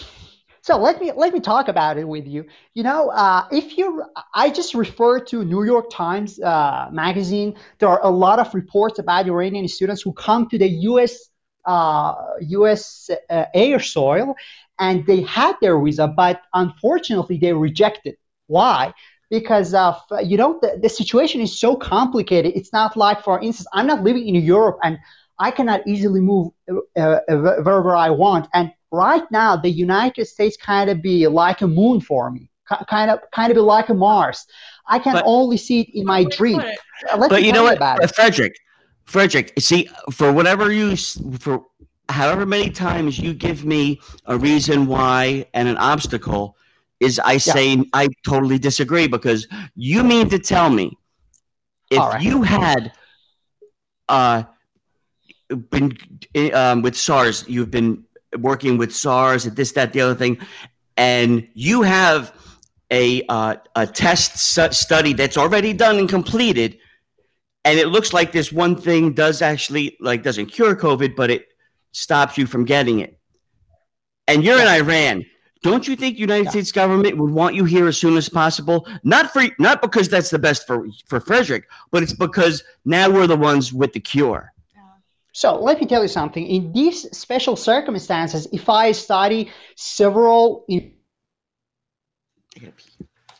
so let me let me talk about it with you. You know, uh, if you, I just refer to New York Times uh, magazine. There are a lot of reports about Iranian students who come to the U.S. Uh, U.S. Uh, air soil, and they had their visa, but unfortunately they rejected. Why? Because of uh, you know the, the situation is so complicated. It's not like, for instance, I'm not living in Europe and I cannot easily move uh, uh, wherever I want, and right now the United States kind of be like a moon for me, K- kind of kind of be like a Mars. I can
But-
only see it in
Oh,
my dream. Let
but
me
you
tell
know what,
about it.
Frederick, Frederick, see, for whatever you, s- for however many times you give me a reason why and an obstacle, is I say I totally disagree because you mean to tell me if
All right.
you had uh, been eh, um, with SARS, you've been working with SARS and this, that, the other thing, and you have a uh, a test su- study that's already done and completed, and it looks like this one thing does actually like doesn't cure COVID, but it stops you from getting it. And you're in Iran. Don't you think United
Yeah.
States government would want you here as soon as possible? Not for not because that's the best for for Frederick, but it's because now we're the ones with the cure.
So let me tell you something. In these special circumstances, if I study several in-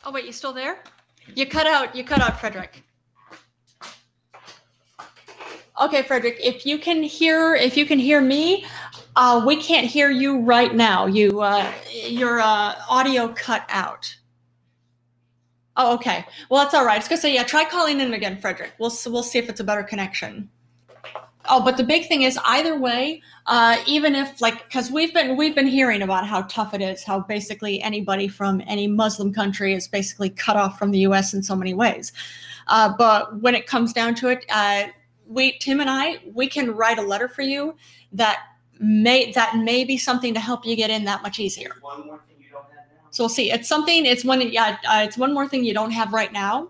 Oh wait, you still there? You cut out. You cut out, Frederick. Okay, Frederick. If you can hear, if you can hear me, uh, we can't hear you right now. You, uh, your uh, audio cut out. Oh, okay. Well, that's all right. It's good. So yeah, try calling in again, Frederick. We'll s- we'll see if it's a better connection. Oh, but the big thing is either way, uh, even if like because we've been we've been hearing about how tough it is, how basically anybody from any Muslim country is basically cut off from the U.S. in so many ways. Uh, but when it comes down to it, uh, we Tim and I we can write a letter for you that may that may be something to help you get in that much easier.
One more thing you don't have now.
So we'll see. It's something. It's one. Yeah. Uh, it's one more thing you don't have right now.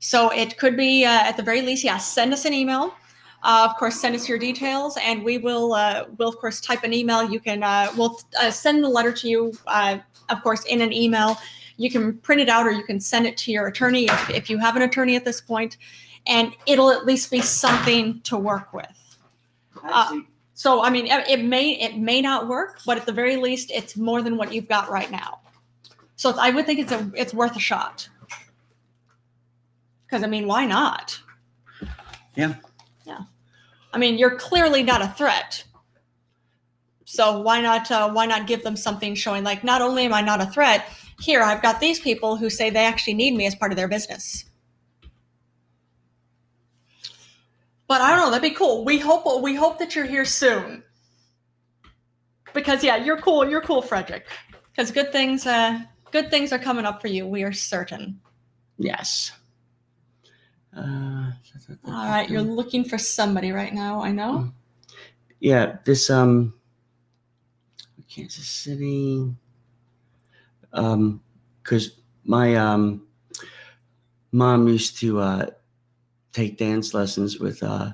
So it could be uh, at the very least. Yeah. Send us an email. Uh, of course, send us your details, and we will. Uh, we'll of course type an email. You can. Uh, we'll uh, send the letter to you. Uh, of course, in an email. You can print it out, or you can send it to your attorney if, if you have an attorney at this point, and it'll at least be something to work with. Uh, So I mean, it it may it may not work, but at the very least, it's more than what you've got right now. So it's, I would think it's a it's worth a shot. Because I mean, why not?
Yeah.
Yeah. I mean, you're clearly not a threat. So why not uh, why not give them something showing like not only am I not a threat here I've got these people who say they actually need me as part of their business. But I don't know. That'd be cool. We hope we hope that you're here soon. Because yeah, you're cool. You're cool, Frederick. Because good things, uh, good things are coming up for you. We are certain.
Yes. Uh,
All right, you're
Mm-hmm.
looking for somebody right now. I know.
yeah, this um Kansas City um cuz my um mom used to uh take dance lessons with uh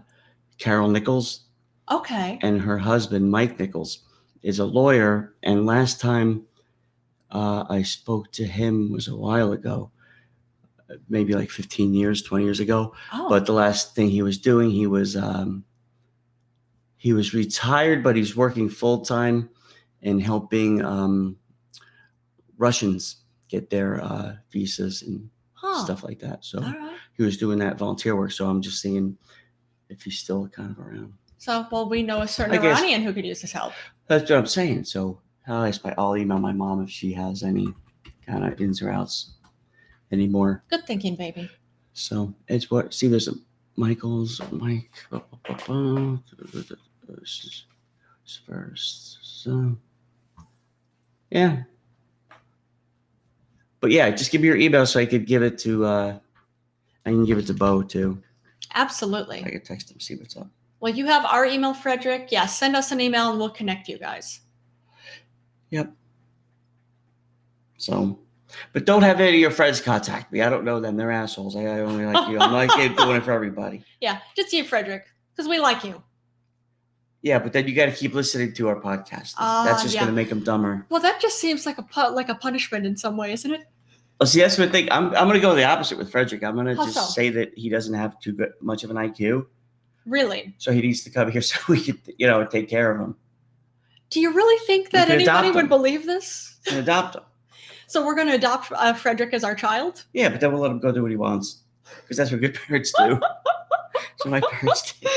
Carol Nichols Mm-hmm.
Okay.
and her husband Mike Nichols is a lawyer and last time uh, I spoke to him was a while ago maybe like 15 years 20 years ago
Oh.
but the last thing he was doing he was um, he was retired but he's working full-time and helping um, russians get their uh, visas and
huh.
stuff like that so
Oh. All right.
he was doing that volunteer work so i'm just seeing if he's still kind of around
So well, we know a certain
I guess-
Iranian who could use his help.
that's what i'm saying so I guess i'll email my mom if she has any kind of ins or outs anymore
Good thinking, baby.
So it's what see there's a Michaels, Mike, blah, blah, blah, blah, this is- this first. So yeah. But yeah, just give me your email so I could give it to uh I can give it to Bo too.
Absolutely.
I could text him, see what's up.
Well, you have our email, Frederick. Yeah, send us an email and we'll connect you guys.
So but don't have any of your friends contact me. I don't know them. They're assholes. I, I only like you. I'm not doing it for everybody.
Yeah, just you, Frederick, because we like you.
Yeah, but then you got to keep listening to our podcast.
Ah,
That's just
yeah.
going to make them dumber.
Well, that just seems like a pu- like a punishment in some way, isn't it?
Oh, see, that's what I think. I'm, I'm going to go the opposite with Frederick. I'm going to
How
just
so?
say that he doesn't have too good, much of an IQ.
Really?
So he needs to come here so we can, you know, take care of him
Do you really think that
can
anybody
adopt
would
him.
believe this?
and adopt him.
So we're going to adopt uh, Frederick as our child?
Yeah, but then we'll let him go do what he wants because that's what good parents do. so my parents did.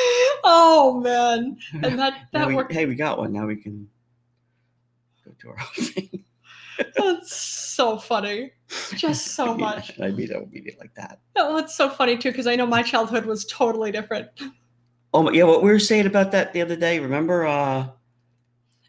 oh man, and that
Now
that
we-
worked.
hey, we got one. Now we can go to her thing.
That's so funny. Just so much.
I mean, I mean it like that.
Oh, that's so funny too, because I know my childhood was totally different.
Oh my, yeah, what we were saying about that the other day. Remember? uh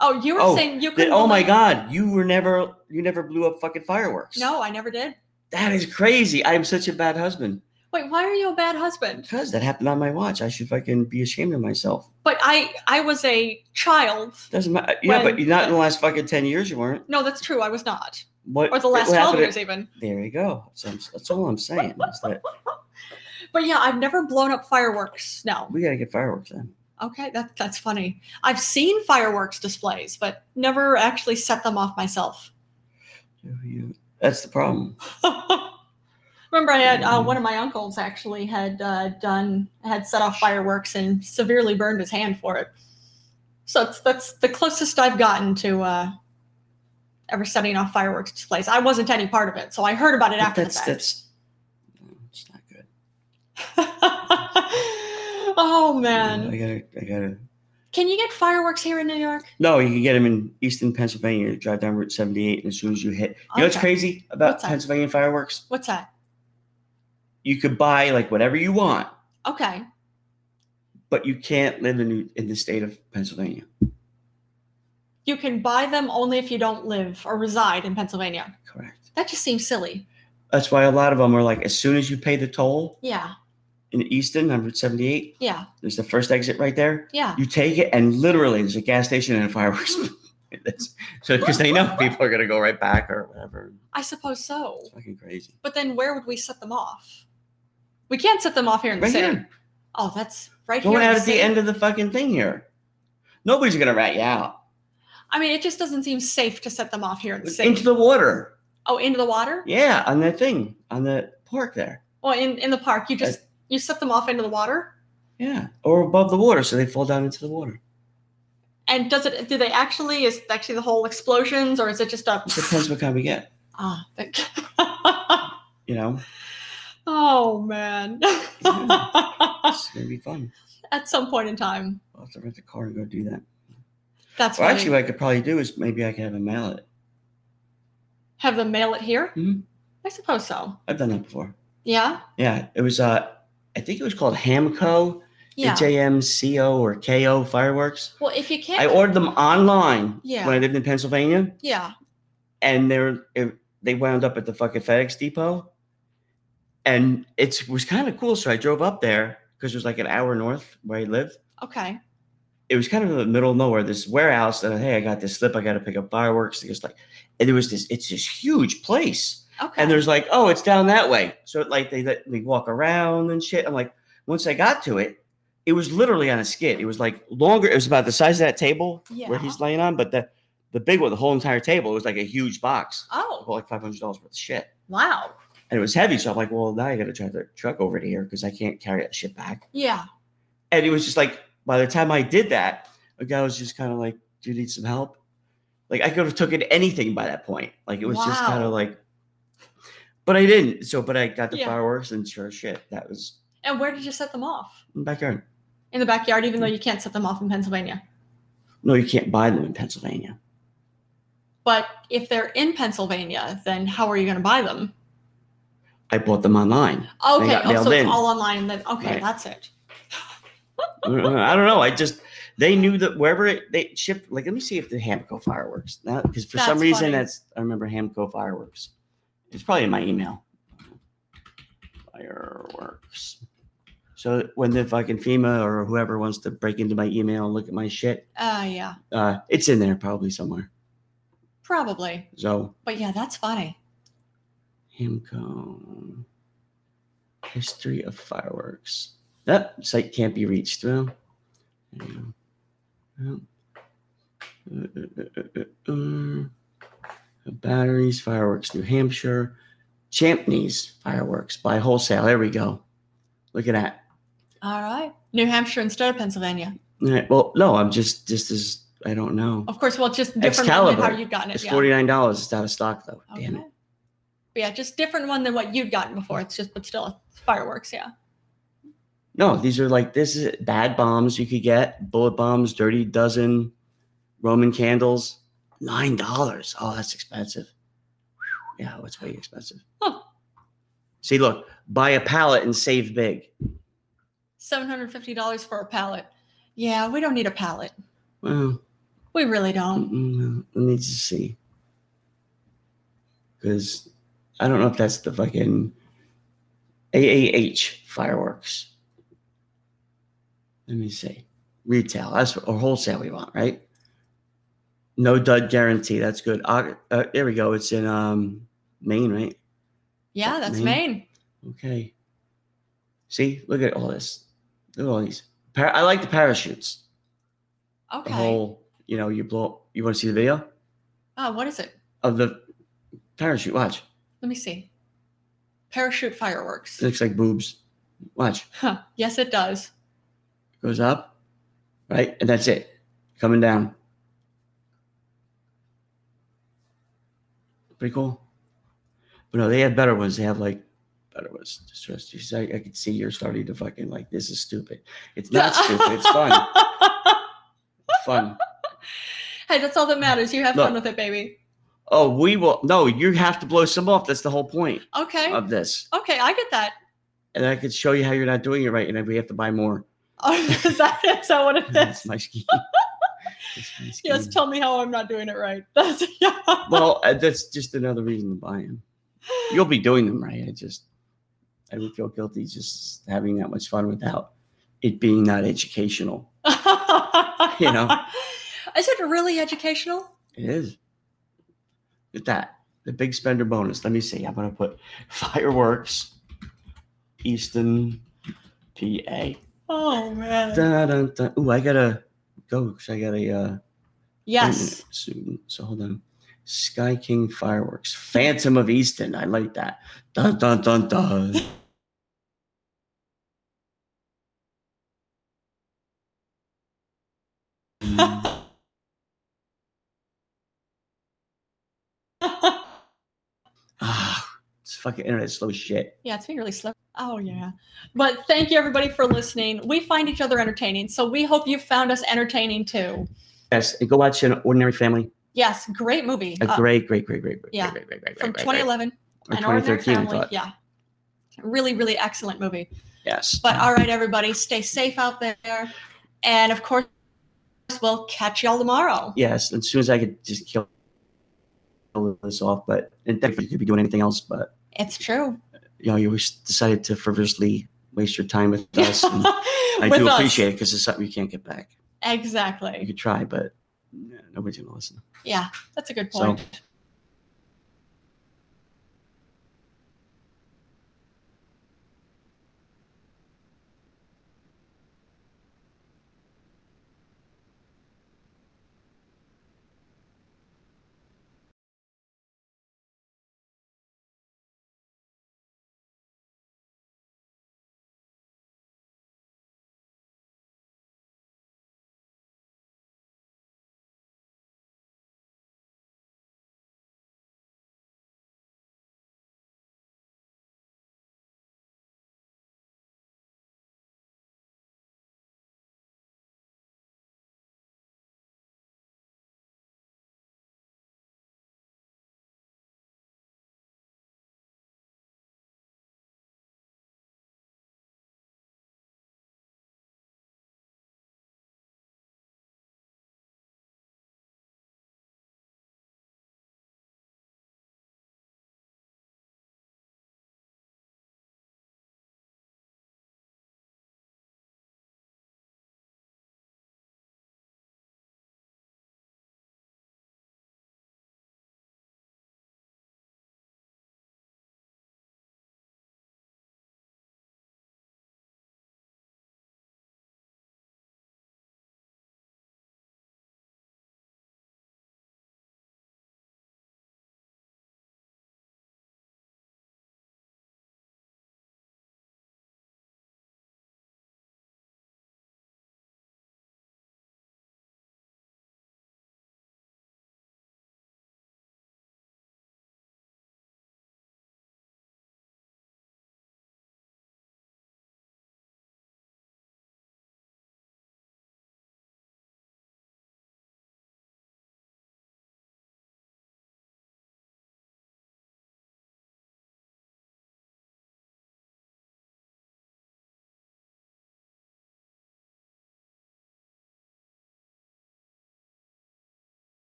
Oh, you were
Oh,
saying you
that,
could.
Oh my God, you were never you never blew up fucking fireworks.
No, I never did.
that is crazy. I am such a bad husband
Wait, why are you a bad husband?
because that happened on my watch. I should fucking be ashamed of myself.
But I, I was a child.
Doesn't matter. Yeah,
When-
but you're not in the last fucking ten years. You weren't.
No, that's true. I was not,
What?
or the last
what
twelve
happened-
years even.
There you go. So I'm- that's all I'm saying. Is that
But yeah, I've never blown up fireworks. No.
we gotta get fireworks then.
Okay, that that's funny. I've seen fireworks displays, but never actually set them off myself.
Do you- That's the problem.
Remember, I had
Mm-hmm.
uh, one of my uncles actually had uh, done had set off fireworks and severely burned his hand for it. So it's, that's the closest I've gotten to uh, ever setting off fireworks displays. I wasn't any part of it, so I heard about it
But
after
that's
the fact.
that's. no, It's not good.
oh
I
man,
gotta. I gotta.
can you get fireworks here in New York?
No, you can get them in Easton, Pennsylvania. You drive down Route 78, and as soon as you hit, you know what's
Okay.
crazy about
What's that?
Pennsylvania fireworks?
What's that?
You could buy like whatever you want,
Okay,
but you can't live in in the state of Pennsylvania.
you can buy them only if you don't live or reside in Pennsylvania.
Correct.
That just seems silly.
That's why a lot of them are like, as soon as you pay the toll
Yeah,
in Easton on Route 78,
yeah,
there's the first exit right there.
yeah.
You take it, and literally, there's a gas station and a fireworks. That's- so because they know people are gonna go right back or whatever.
I suppose so.
It's fucking crazy.
But then where would we set them off? We can't set them off here in the
Right
city.
here,
Oh, that's right
going
here. in
out at the
city?
end of the fucking thing here. Nobody's gonna rat you out.
I mean, it just doesn't seem safe to set them off here in the city.
into the water.
oh, into the water?
Yeah, on that thing, on the park there.
Well, in, in the park, you just you set them off into the water.
Yeah, or above the water, so they fall down into the water.
And does it? Do they actually? Is it actually the whole explosions, or is it just a?
It depends what kind we get,
Ah, thank-
you know.
oh man.
It's gonna be fun.
At some point in time,
I'll have to rent a car and go do that.
that's
Well,
funny.
actually, what I could probably do is maybe I could have a mail it.
have them mail it here.
Mhm.
I suppose so.
I've done that before.
Yeah.
Yeah, it was. Uh, I think it was called Hamco,
Yeah.
H A M C O or K O fireworks.
well, if you can't.
I ordered them online
Yeah.
when I lived in Pennsylvania,
Yeah.
and they're it, they wound up at the fucking FedEx depot, and it was kind of cool. So I drove up there because it was like an hour north where I lived.
Okay.
It was kind of in the middle of nowhere. This warehouse, and hey, I got this slip. I got to pick up fireworks. It's like, and there was this. It's this huge place,
Okay.
and there's like, oh, it's down that way. So like they let me walk around and shit. I'm like, once I got to it. It was literally on a skid. It was like longer. It was about the size of that table
Yeah.
where he's laying on, but the the big one, the whole entire table, it was like a huge box
Oh,
well, like five hundred dollars worth of shit,
wow.
and it was heavy. So I'm like, well, now I got to drive the truck over to here because I can't carry that shit back.
Yeah.
And it was just like, by the time I did that, a guy was just kind of like, "Do you need some help?" Like I could have taken anything by that point. Like it was just
Wow.
kind of like, but I didn't. So, but I got the
Yeah.
fireworks, and sure as shit, that was
And where did you set them off?
in the backyard.
In the backyard, even though you can't set them off in Pennsylvania.
No, you can't buy them in Pennsylvania.
But if they're in Pennsylvania, then how are you going to buy them?
I bought them online.
Okay. Oh,
got
so
mailed in.
it's all online. And then okay,
Right.
that's it.
I don't know. I don't know. I just they knew that wherever it, they shipped. Like, let me see if the Hamco fireworks now because for some
That's
reason
funny.
that's I remember Hamco fireworks. It's probably in my email. Fireworks. So when the fucking FEMA or whoever wants to break into my email and look at my shit,
Uh, yeah,
uh, it's in there probably somewhere.
probably.
So
But yeah, that's funny.
Hamco history of fireworks. That site can't be reached. Well, yeah. Well, uh, uh, uh, uh, uh, batteries, fireworks, New Hampshire, Champneys fireworks by wholesale. There we go. Look at that.
All right, New Hampshire instead of Pennsylvania.
All right, Well, no, I'm just this is I don't know.
Of course, well, just different one than how
Excalibur
you've gotten it.
It's
Oh, Yeah. Oh,
forty nine dollars. It's out of stock though. Damn it.
Okay. But yeah, just different one than what you'd gotten before. It's just, but still fireworks. Yeah.
No, these are like this is bad bombs you could get, bullet bombs, dirty dozen, Roman candles. Nine dollars. Oh, that's expensive. Whew. Yeah, it's way expensive.
Huh.
See, look, buy a pallet and save big.
Seven hundred fifty dollars for a pallet. Yeah, we don't need a pallet.
Well,
We really don't.
mm, let me just see. Because I don't know if that's the fucking AAH fireworks. Let me see. Retail. That's what, or wholesale we want, right? No dud guarantee. That's good. Uh, uh, there we go. It's in um, Maine, right?
Yeah, that's
Maine.
Maine.
Okay. See, look at all this. Look at all these. Par- I like the parachutes. The
Okay.
whole, you know, you blow. You want to see the video
Ah, what is it?
of the parachute? Watch.
Let me see. Parachute fireworks.
It looks like boobs. Watch.
Huh. Yes, it does.
Goes up, right, and that's it. Coming down. Pretty cool. But no, they have better ones. They have like better ones. Just trust you. I, I can see you're starting to fucking like this is stupid. It's not stupid. It's fun. It's fun.
hey, that's all that matters. You have fun
Look.
with it, baby.
Oh, we will. No, you have to blow some off. That's the whole point
Okay.
of this.
okay, I get that.
And I could show you how you're not doing it right, and then we have to buy more.
Oh, is that, is that what it
That's
is?
my scheme. That's my
Yes,
scheme.
tell me how I'm not doing it right. That's yeah.
well, uh, that's just another reason to buy them. You'll be doing them right. I just, I would feel guilty just having that much fun without it being not educational. You know.
Is it really educational?
It is. Look at that. The big spender bonus. Let me see. I'm going to put fireworks, Easton, PA.
Oh man.
Dun, dun, dun. Ooh, I gotta go 'cause I got a uh,
Yes.
appointment soon. So hold on. Sky King fireworks, Phantom of Easton. I like that. Dun dun dun dun. ah, it's fucking internet slow as shit.
Yeah, it's been really slow. Oh, yeah. But thank you, everybody, for listening. We find each other entertaining, so we hope you found us entertaining too.
Yes, and go watch an Ordinary Family.
Yes, great movie.
A
Uh,
great, great, great, great, great,
yeah,
great, great, great,
from
great, great, great.
2011,
Or
An Ordinary
2013, I
Family.
thought.
Yeah. Really, really excellent movie.
Yes.
But all right, everybody, stay safe out there. And of course, we'll catch y'all tomorrow.
yes, as soon as I could just kill this off, but and thankfully you could be doing anything else, but
It's true.
you know, you always decided to frivolously waste your time with us. and I
With
do
us.
appreciate it because it's something you can't get back. You
Exactly.
could try, but yeah, nobody's gonna listen.
Yeah, that's a good
So
point.